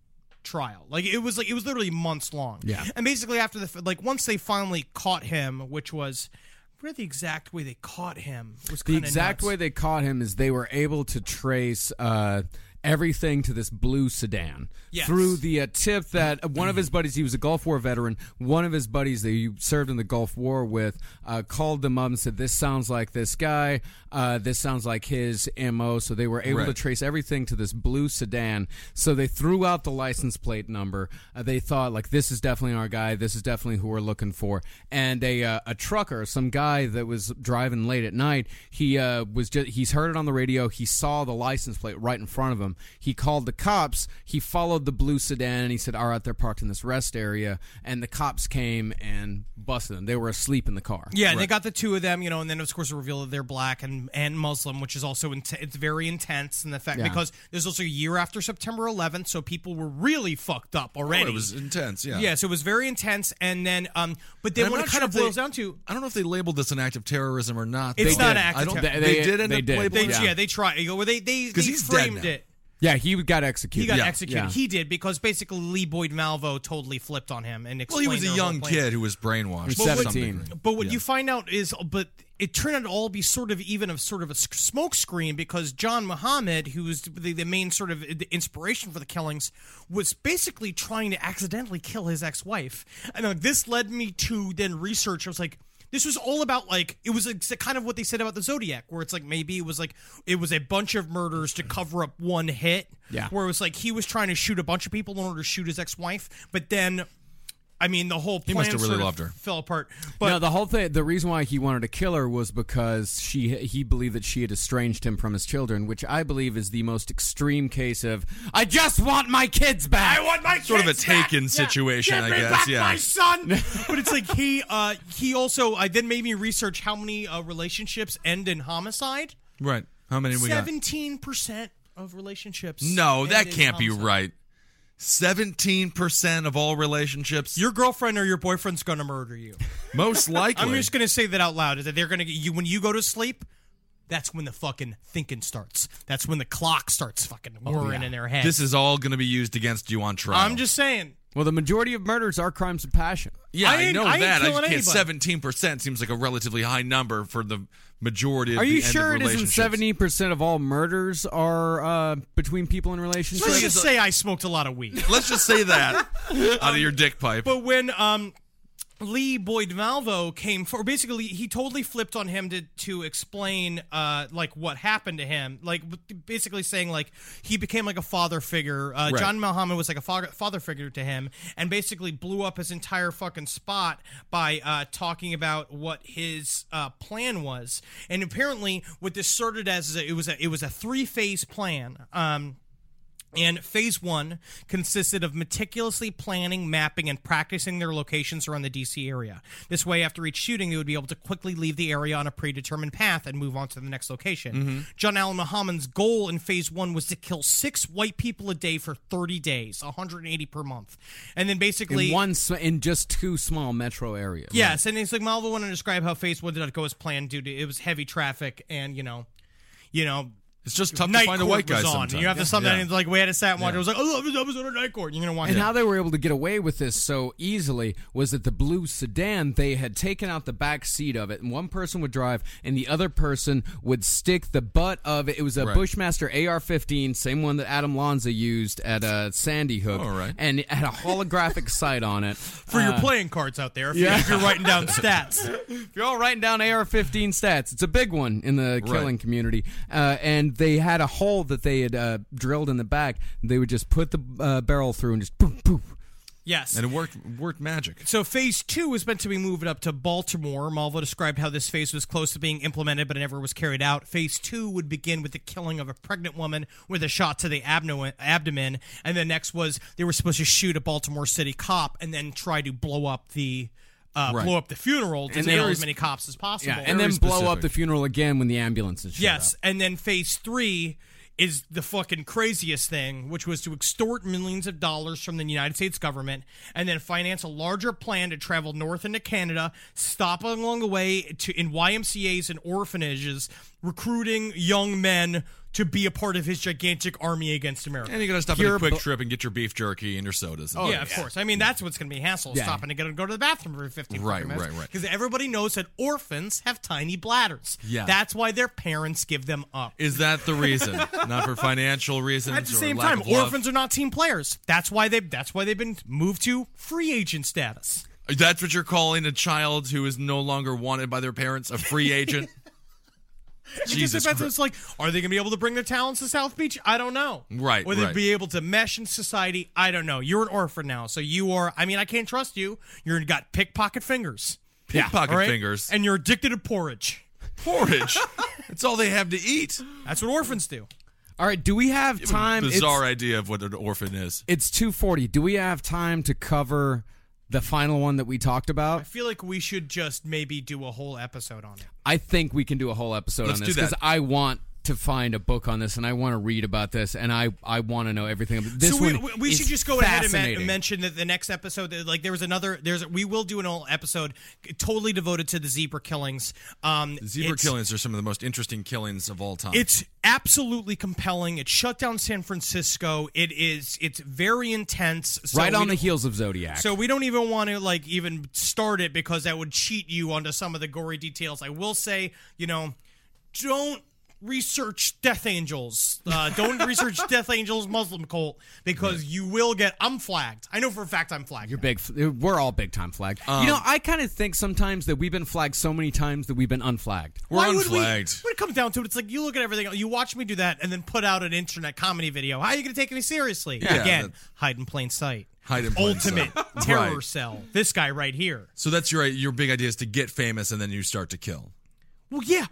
Speaker 6: trial. Like it was like it was literally months long.
Speaker 13: Yeah.
Speaker 6: And basically after the f- like once they finally caught him, which was I forget the exact way they caught him was
Speaker 7: The
Speaker 6: kind of
Speaker 7: exact way they caught him is they were able to trace uh, everything to this blue sedan
Speaker 6: Yes.
Speaker 7: through the uh, tip that uh, one of his buddies, he was a Gulf War veteran, one of his buddies that he served in the Gulf War with uh, called them up and said, This sounds like this guy. Uh, this sounds like his MO. So they were able to
Speaker 4: Right.
Speaker 7: trace everything to this blue sedan. So they threw out the license plate number. Uh, they thought like this is definitely our guy. This is definitely who we're looking for. And a uh, a trucker, some guy that was driving late at night, he uh, was just he's heard it on the radio. He saw the license plate right in front of him. He called the cops. He followed the blue sedan and he said, "All right, they're parked in this rest area." And the cops came and busted them. They were asleep in the car.
Speaker 6: Yeah, and they got the two of them, you know, and then of course the reveal that they're black and, and Muslim, which is also int- it's very intense in the fact
Speaker 7: Yeah.
Speaker 6: because there's also a year after September 11th, so people were really fucked up already.
Speaker 4: Oh, it was intense. Yeah.
Speaker 6: Yes, it was very intense, and then um, but
Speaker 4: And
Speaker 6: then
Speaker 4: I'm
Speaker 6: what it
Speaker 4: not
Speaker 6: kind
Speaker 4: sure
Speaker 6: of
Speaker 4: if they-
Speaker 6: boils down to,
Speaker 4: I don't know if they labeled this an act of terrorism or not.
Speaker 6: it's
Speaker 4: though.
Speaker 6: not
Speaker 4: I
Speaker 6: active.
Speaker 4: don't-
Speaker 6: terror.
Speaker 4: They, did end up labeling.
Speaker 6: They- yeah, they tried. you know, They they, they
Speaker 4: 'Cause he's dead
Speaker 6: framed
Speaker 4: now.
Speaker 6: it.
Speaker 7: Yeah, he got executed.
Speaker 6: He got
Speaker 4: Yeah.
Speaker 6: executed.
Speaker 4: Yeah.
Speaker 6: He did because basically Lee Boyd Malvo totally flipped on him and
Speaker 4: Well, he
Speaker 6: explained
Speaker 4: was
Speaker 6: their
Speaker 4: a
Speaker 6: whole
Speaker 4: young
Speaker 6: plan.
Speaker 4: kid who was brainwashed.
Speaker 6: But
Speaker 4: or
Speaker 6: what-
Speaker 4: something.
Speaker 6: But what you find out is, but it turned out to all be sort of even of sort of a s- smoke screen because John Muhammad, who was the, the main sort of the inspiration for the killings, was basically trying to accidentally kill his ex-wife, and like, this led me to then research. I was like. This was all about like it was ex- kind of what they said about the Zodiac, where it's like maybe it was like it was a bunch of murders to cover up one hit.
Speaker 7: Yeah.
Speaker 6: where it was like he was trying to shoot a bunch of people in order to shoot his ex-wife, but then, I mean, the whole
Speaker 7: He
Speaker 6: plan
Speaker 7: must have really
Speaker 6: sort of
Speaker 7: loved her.
Speaker 6: fell apart. But
Speaker 7: no, the whole thing. The reason why he wanted to kill her was because she he believed that she had estranged him from his children, which I believe is the most extreme case of I just want my kids back. I want my
Speaker 4: Sort of a taken situation, I guess. yeah.
Speaker 6: son. but it's like he uh he also I then made me research how many uh, relationships end in homicide.
Speaker 4: Right. How many we got?
Speaker 6: Seventeen percent of relationships.
Speaker 4: No,
Speaker 6: end
Speaker 4: that
Speaker 6: in
Speaker 4: can't be
Speaker 6: homicide.
Speaker 4: right. Seventeen percent of all relationships.
Speaker 6: Your girlfriend or your boyfriend's gonna murder you.
Speaker 4: Most likely.
Speaker 6: I'm just gonna say that out loud. Is that they're gonna get you when you go to sleep. That's when the fucking thinking starts. That's when the clock starts fucking whirring in their head.
Speaker 4: Oh, This is all going to be used against you on trial.
Speaker 6: I'm just saying.
Speaker 7: Well, the majority of murders are crimes of passion.
Speaker 4: Yeah, I,
Speaker 6: ain't-
Speaker 4: know
Speaker 6: I ain't
Speaker 4: that. I
Speaker 6: killing
Speaker 4: just can't.
Speaker 6: anybody.
Speaker 4: Seventeen percent seems like a relatively high number for the majority. of
Speaker 7: Are
Speaker 4: the
Speaker 7: you
Speaker 4: ended
Speaker 7: sure it isn't
Speaker 4: relationships.
Speaker 7: seventy percent of all murders are uh, between people in relationships?
Speaker 6: Let's just say I smoked a lot of weed.
Speaker 4: Let's just say that out of your dick pipe.
Speaker 6: But when um Lee Boyd Malvo came for basically he totally flipped on him to to explain uh like what happened to him like basically saying like he became like a father figure uh,
Speaker 13: Right.
Speaker 6: John Muhammad was like a father, father figure to him and basically blew up his entire fucking spot by uh talking about what his uh plan was and apparently what this started as is a, it was a it was a three phase plan um and phase one consisted of meticulously planning, mapping, and practicing their locations around the DC area. This way, after each shooting, they would be able to quickly leave the area on a predetermined path and move on to the next location.
Speaker 7: Mm-hmm.
Speaker 13: Mhm.
Speaker 6: John Allen Muhammad's goal in phase one was to kill six white people a day for 30 days, 180 per month. And then basically.
Speaker 7: in one s- in just two small metro areas.
Speaker 6: Yes, and it's like Malvo wanted to describe how phase one did not go as planned due to it was heavy traffic and, you know, you know,
Speaker 4: It's just tough
Speaker 6: Night
Speaker 4: to find a
Speaker 6: Court
Speaker 4: white guy
Speaker 6: was on.
Speaker 4: sometimes.
Speaker 6: You have to sometimes like we had to sat and watch.
Speaker 7: Yeah.
Speaker 6: It was like, "Oh, I love this episode of Night Court. You're gonna watch
Speaker 7: And
Speaker 6: it.
Speaker 7: how they were able to get away with this so easily was that the blue sedan they had taken out the back seat of it, and one person would drive, and the other person would stick the butt of it. It was a
Speaker 14: Right.
Speaker 7: Bushmaster AR-15, same one that Adam Lanza used at uh, Sandy Hook,
Speaker 6: All right.
Speaker 7: and it had a holographic sight on it for
Speaker 6: for your playing cards out there, if,
Speaker 7: yeah.
Speaker 6: you, if you're writing down stats.
Speaker 7: If you're all writing down AR-15 stats, it's a big one in the killing community. Uh, and they had a hole that they had uh, drilled in the back. They would just put the uh, barrel through and just poof, poof.
Speaker 6: Yes.
Speaker 4: And it worked worked magic.
Speaker 6: So phase two was meant to be moved up to Baltimore. Malvo described how this phase was close to being implemented, but it never was carried out. Phase two would begin with the killing of a pregnant woman with a shot to the abno- abdomen, and the next was they were supposed to shoot a Baltimore City cop and then try to blow up the uh,
Speaker 7: Right.
Speaker 6: blow up the funeral to
Speaker 7: And
Speaker 6: kill
Speaker 7: they-
Speaker 6: as many cops as possible.
Speaker 7: Yeah, and then blow up the funeral again when the ambulances show
Speaker 6: Yes, and then phase three is the fucking craziest thing, which was to extort millions of dollars from the United States government and then finance a larger plan to travel north into Canada, stop along the way to in YMCA's and orphanages, recruiting young men to be a part of his gigantic army against America.
Speaker 4: And you gotta stop at
Speaker 6: Pure
Speaker 4: a quick
Speaker 6: bu- Oh,
Speaker 4: trip and get your beef jerky and your sodas. and
Speaker 6: yeah,
Speaker 4: stuff.
Speaker 6: of course. I mean, that's what's going to be a hassle,
Speaker 4: Yeah.
Speaker 6: stopping to get to go to the bathroom every 15
Speaker 4: Right,
Speaker 6: minutes.
Speaker 4: right, right.
Speaker 6: Because everybody knows that orphans have tiny bladders.
Speaker 4: Yeah.
Speaker 6: That's why their parents give them up.
Speaker 4: Is that the reason? Not for financial reasons.
Speaker 6: At the
Speaker 4: or
Speaker 6: same
Speaker 4: lack
Speaker 6: time,
Speaker 4: of love?
Speaker 6: orphans are not team players. That's why they. That's why they've been moved to free agent status.
Speaker 4: That's what you're calling a child who is no longer wanted by their parents, a free agent. Jesus
Speaker 6: it just depends.
Speaker 4: Christ.
Speaker 6: It's like, are they going to be able to bring their talents to South Beach? I don't know.
Speaker 4: Right,
Speaker 6: Will they
Speaker 4: right.
Speaker 6: be able to mesh in society? I don't know. You're an orphan now, so you are. I mean, I can't trust you. You're got pickpocket fingers.
Speaker 4: Yeah. Pickpocket
Speaker 6: All right?
Speaker 4: fingers.
Speaker 6: And you're addicted to porridge.
Speaker 4: Porridge. That's all they have to eat.
Speaker 6: That's what orphans do.
Speaker 7: All right, do we have time? It's-
Speaker 4: Bizarre idea of what an orphan is.
Speaker 7: It's 2:40. Do we have time to cover the final one that we talked about?
Speaker 6: I feel like we should just maybe do a whole episode on it.
Speaker 7: I think we can do a whole episode
Speaker 4: Let's
Speaker 7: on this
Speaker 4: do that.
Speaker 7: because I want to find a book on this and I want to read about this and I, I want to know everything. about This
Speaker 6: so we,
Speaker 7: one
Speaker 6: we- we
Speaker 7: is
Speaker 6: should just go ahead and men-
Speaker 7: fascinating.
Speaker 6: mention that the next episode, that, like there was another, there's we will do an whole episode totally devoted to the zebra killings. Um,
Speaker 4: Zebra
Speaker 6: it's-
Speaker 4: killings are some of the most interesting killings of all time.
Speaker 6: It's absolutely compelling. It shut down San Francisco. It is. It's very intense. So
Speaker 7: right
Speaker 6: we
Speaker 7: on the
Speaker 6: don't-
Speaker 7: heels of Zodiac.
Speaker 6: So we don't even want to like even start it because that would cheat you onto some of the gory details. I will say, you know, don't research Death Angels. Uh, don't research Death Angels Muslim cult because you will get. I'm flagged. I know for a fact I'm flagged.
Speaker 7: You're big. We're all big time flagged. you
Speaker 6: Um,
Speaker 7: know, I kind of think sometimes that we've been flagged so many times that we've been unflagged.
Speaker 6: Why would we- when it comes down to it, it's like you look at everything. You watch me do that, and then put out an internet comedy video. How are you going to take me seriously?
Speaker 4: Yeah,
Speaker 6: Again,
Speaker 4: that-
Speaker 6: hide in plain sight.
Speaker 4: Hide in plain
Speaker 6: Ultimate
Speaker 4: sight.
Speaker 6: terror
Speaker 4: Right.
Speaker 6: cell. This guy right here.
Speaker 4: so that's your your big idea is to get famous and then you start to kill.
Speaker 6: Well, yeah.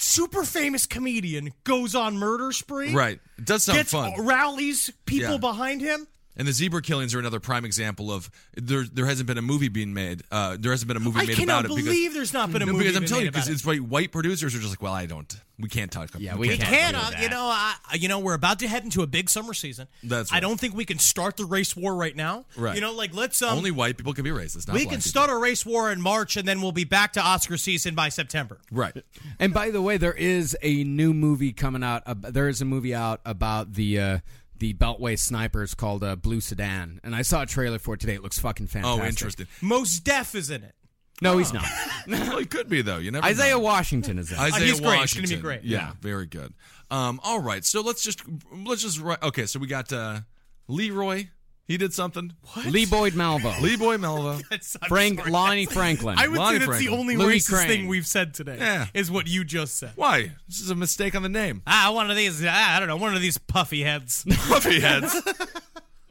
Speaker 6: Super famous comedian goes on murder spree.
Speaker 4: Right. It does sound
Speaker 6: gets,
Speaker 4: fun.
Speaker 6: Rallies people
Speaker 4: Yeah.
Speaker 6: behind him.
Speaker 4: And the zebra killings are another prime example of there. There hasn't been a movie being made. Uh, there hasn't been a movie
Speaker 6: I
Speaker 4: made
Speaker 6: cannot
Speaker 4: about it because
Speaker 6: believe there's not been a
Speaker 4: No,
Speaker 6: movie
Speaker 4: because I'm
Speaker 6: been
Speaker 4: telling
Speaker 6: made
Speaker 4: you because
Speaker 6: about it.
Speaker 4: it's white, white producers are just like, well, I don't. We can't talk. Yeah,
Speaker 6: We can, uh, you know. I, you know, we're about to head into a big summer season.
Speaker 4: That's
Speaker 6: I
Speaker 4: right.
Speaker 6: don't think we can start the race war right now.
Speaker 4: Right.
Speaker 6: You know, like let's um,
Speaker 4: Only white people can be racist. Not
Speaker 6: we
Speaker 4: black
Speaker 6: can
Speaker 4: people.
Speaker 6: start a race war in March, and then we'll be back to Oscar season by September.
Speaker 4: Right.
Speaker 7: And by the way, there is a new movie coming out. Uh, there is a movie out about the uh, the Beltway snipers called uh, Blue Sedan, and I saw a trailer for it today. It looks fucking fantastic.
Speaker 4: Oh, interesting.
Speaker 6: Most Def is in it.
Speaker 7: No, he's not.
Speaker 4: well, he could be though. You never.
Speaker 7: Isaiah
Speaker 4: know.
Speaker 7: Washington is in. it.
Speaker 4: Isaiah
Speaker 6: he's great. He's
Speaker 4: Washington.
Speaker 6: gonna be great.
Speaker 4: Yeah,
Speaker 7: Yeah.
Speaker 4: very good. Um, all right, so let's just let's just ri- okay. So we got uh, Leroy. He did something. What?
Speaker 7: Lee Boyd Malvo,
Speaker 4: Lee Boy Melva.
Speaker 7: Frank Lonnie Franklin.
Speaker 6: I would
Speaker 4: Lonnie
Speaker 6: say that's the
Speaker 4: Franklin.
Speaker 6: only
Speaker 7: Louis
Speaker 6: racist
Speaker 7: Crane.
Speaker 6: thing we've said today.
Speaker 4: Yeah.
Speaker 6: Is what you just said.
Speaker 4: Why? This is a mistake on the name.
Speaker 6: Ah, one of these. Ah, I don't know. One of these puffy heads.
Speaker 4: Puffy heads.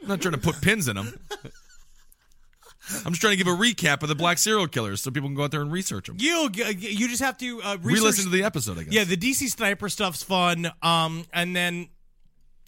Speaker 4: I'm not trying to put pins in them. I'm just trying to give a recap of the black serial killers so people can go out there and research them.
Speaker 6: you you just have to uh, research.
Speaker 4: Re-listen to the episode, I guess.
Speaker 6: yeah, the DC sniper stuff's fun. Um, and then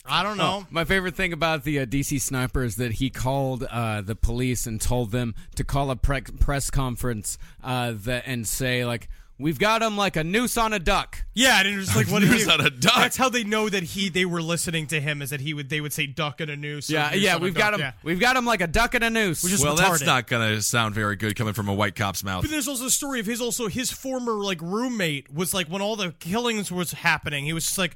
Speaker 6: I don't know.
Speaker 7: My favorite thing about the uh, DC sniper is that he called uh, the police and told them to call a pre- press conference uh, that, and say like, "We've got him like a noose on a duck."
Speaker 6: Yeah, and it was like what
Speaker 4: There's
Speaker 6: is
Speaker 4: not a duck.
Speaker 6: That's how they know that he they were listening to him is that he would they would say duck in a noose. or
Speaker 7: Yeah,
Speaker 6: noose
Speaker 7: yeah,
Speaker 6: on a
Speaker 7: we've
Speaker 6: duck,
Speaker 7: got him.
Speaker 6: yeah.
Speaker 7: We've got him like a duck in a noose.
Speaker 6: just
Speaker 4: well,
Speaker 6: retarded.
Speaker 4: that's not going to sound very good coming from a white cop's mouth.
Speaker 6: But there's also the story of his also his former like roommate was like when all the killings was happening, he was just like,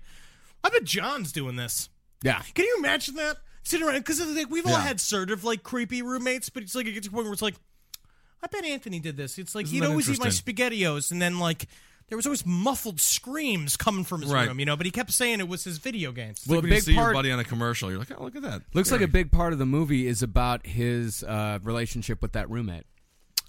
Speaker 6: I bet John's doing this.
Speaker 7: Yeah.
Speaker 6: Can you imagine that? Sitting around because like we've all
Speaker 7: Yeah.
Speaker 6: had sort of like creepy roommates, but it's like it gets to a point where it's like, I bet Anthony did this. It's like
Speaker 4: Isn't
Speaker 6: he'd
Speaker 4: that
Speaker 6: always eat my
Speaker 4: interesting?
Speaker 6: spaghettios, and then like there was always muffled screams coming from his
Speaker 4: Right.
Speaker 6: room, you know. But he kept saying it was his video games.
Speaker 4: Well,
Speaker 7: Well,
Speaker 4: like
Speaker 7: a
Speaker 4: when you
Speaker 7: big
Speaker 4: see your
Speaker 7: part-
Speaker 4: buddy on a commercial, you're like, oh, look at that.
Speaker 7: Looks like a big part of the movie is about his uh, relationship with that roommate.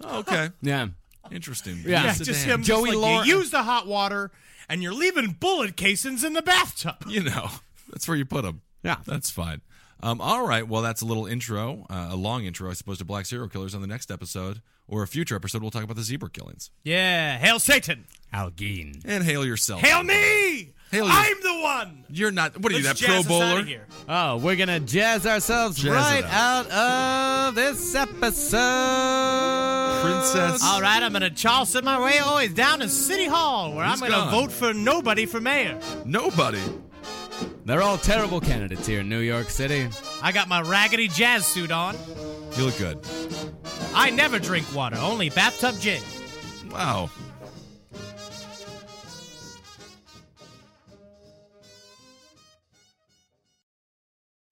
Speaker 4: Oh, okay.
Speaker 7: Yeah.
Speaker 4: Interesting.
Speaker 7: Yeah.
Speaker 6: yeah,
Speaker 4: Sit
Speaker 6: just
Speaker 4: down.
Speaker 6: him.
Speaker 7: Joey
Speaker 6: Joey just like,
Speaker 7: Lauren-
Speaker 6: you use the hot water, and you're leaving bullet casings in the bathtub.
Speaker 4: You know, that's where you put them.
Speaker 7: Yeah.
Speaker 4: That's fine. Um, all right. Well, that's a little intro, uh, a long intro, I suppose, to Black Serial Killers. On the next episode or a future episode, we'll talk about the zebra killings.
Speaker 6: Yeah, hail Satan,
Speaker 14: Algene.
Speaker 4: And hail yourself.
Speaker 6: hail me.
Speaker 4: Hail you.
Speaker 6: I'm the one.
Speaker 4: You're not. What are
Speaker 6: Let's
Speaker 4: you,
Speaker 6: jazz
Speaker 4: that
Speaker 6: us
Speaker 4: Pro Bowler?
Speaker 6: outta here.
Speaker 7: Oh, we're gonna jazz ourselves
Speaker 4: Jazz it
Speaker 7: right
Speaker 4: up.
Speaker 7: out. of this episode.
Speaker 4: Princess.
Speaker 6: All right, I'm gonna Charleston my way always down to City Hall, where
Speaker 4: He's
Speaker 6: I'm gonna
Speaker 4: gone.
Speaker 6: vote for nobody for mayor.
Speaker 4: Nobody.
Speaker 7: They're all terrible candidates here in New York City.
Speaker 6: I got my raggedy jazz suit on.
Speaker 4: You look good.
Speaker 6: I never drink water, only bathtub gin.
Speaker 4: Wow.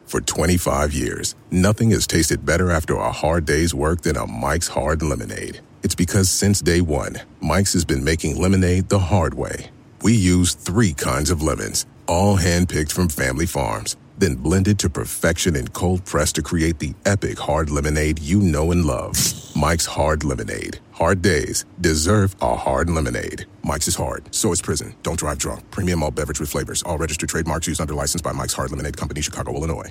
Speaker 1: For 25 years, nothing has tasted better after a hard day's work than a Mike's Hard Lemonade. It's because since day one, Mike's has been making lemonade the hard way. We use three kinds of lemons, all handpicked from family farms, then blended to perfection and cold pressed to create the epic hard lemonade you know and love. Mike's Hard Lemonade. Hard days deserve a hard lemonade. Mike's is hard, so is prison. Don't drive drunk. Premium all beverage with flavors. All registered trademarks used under license by Mike's Hard Lemonade Company, Chicago, Illinois.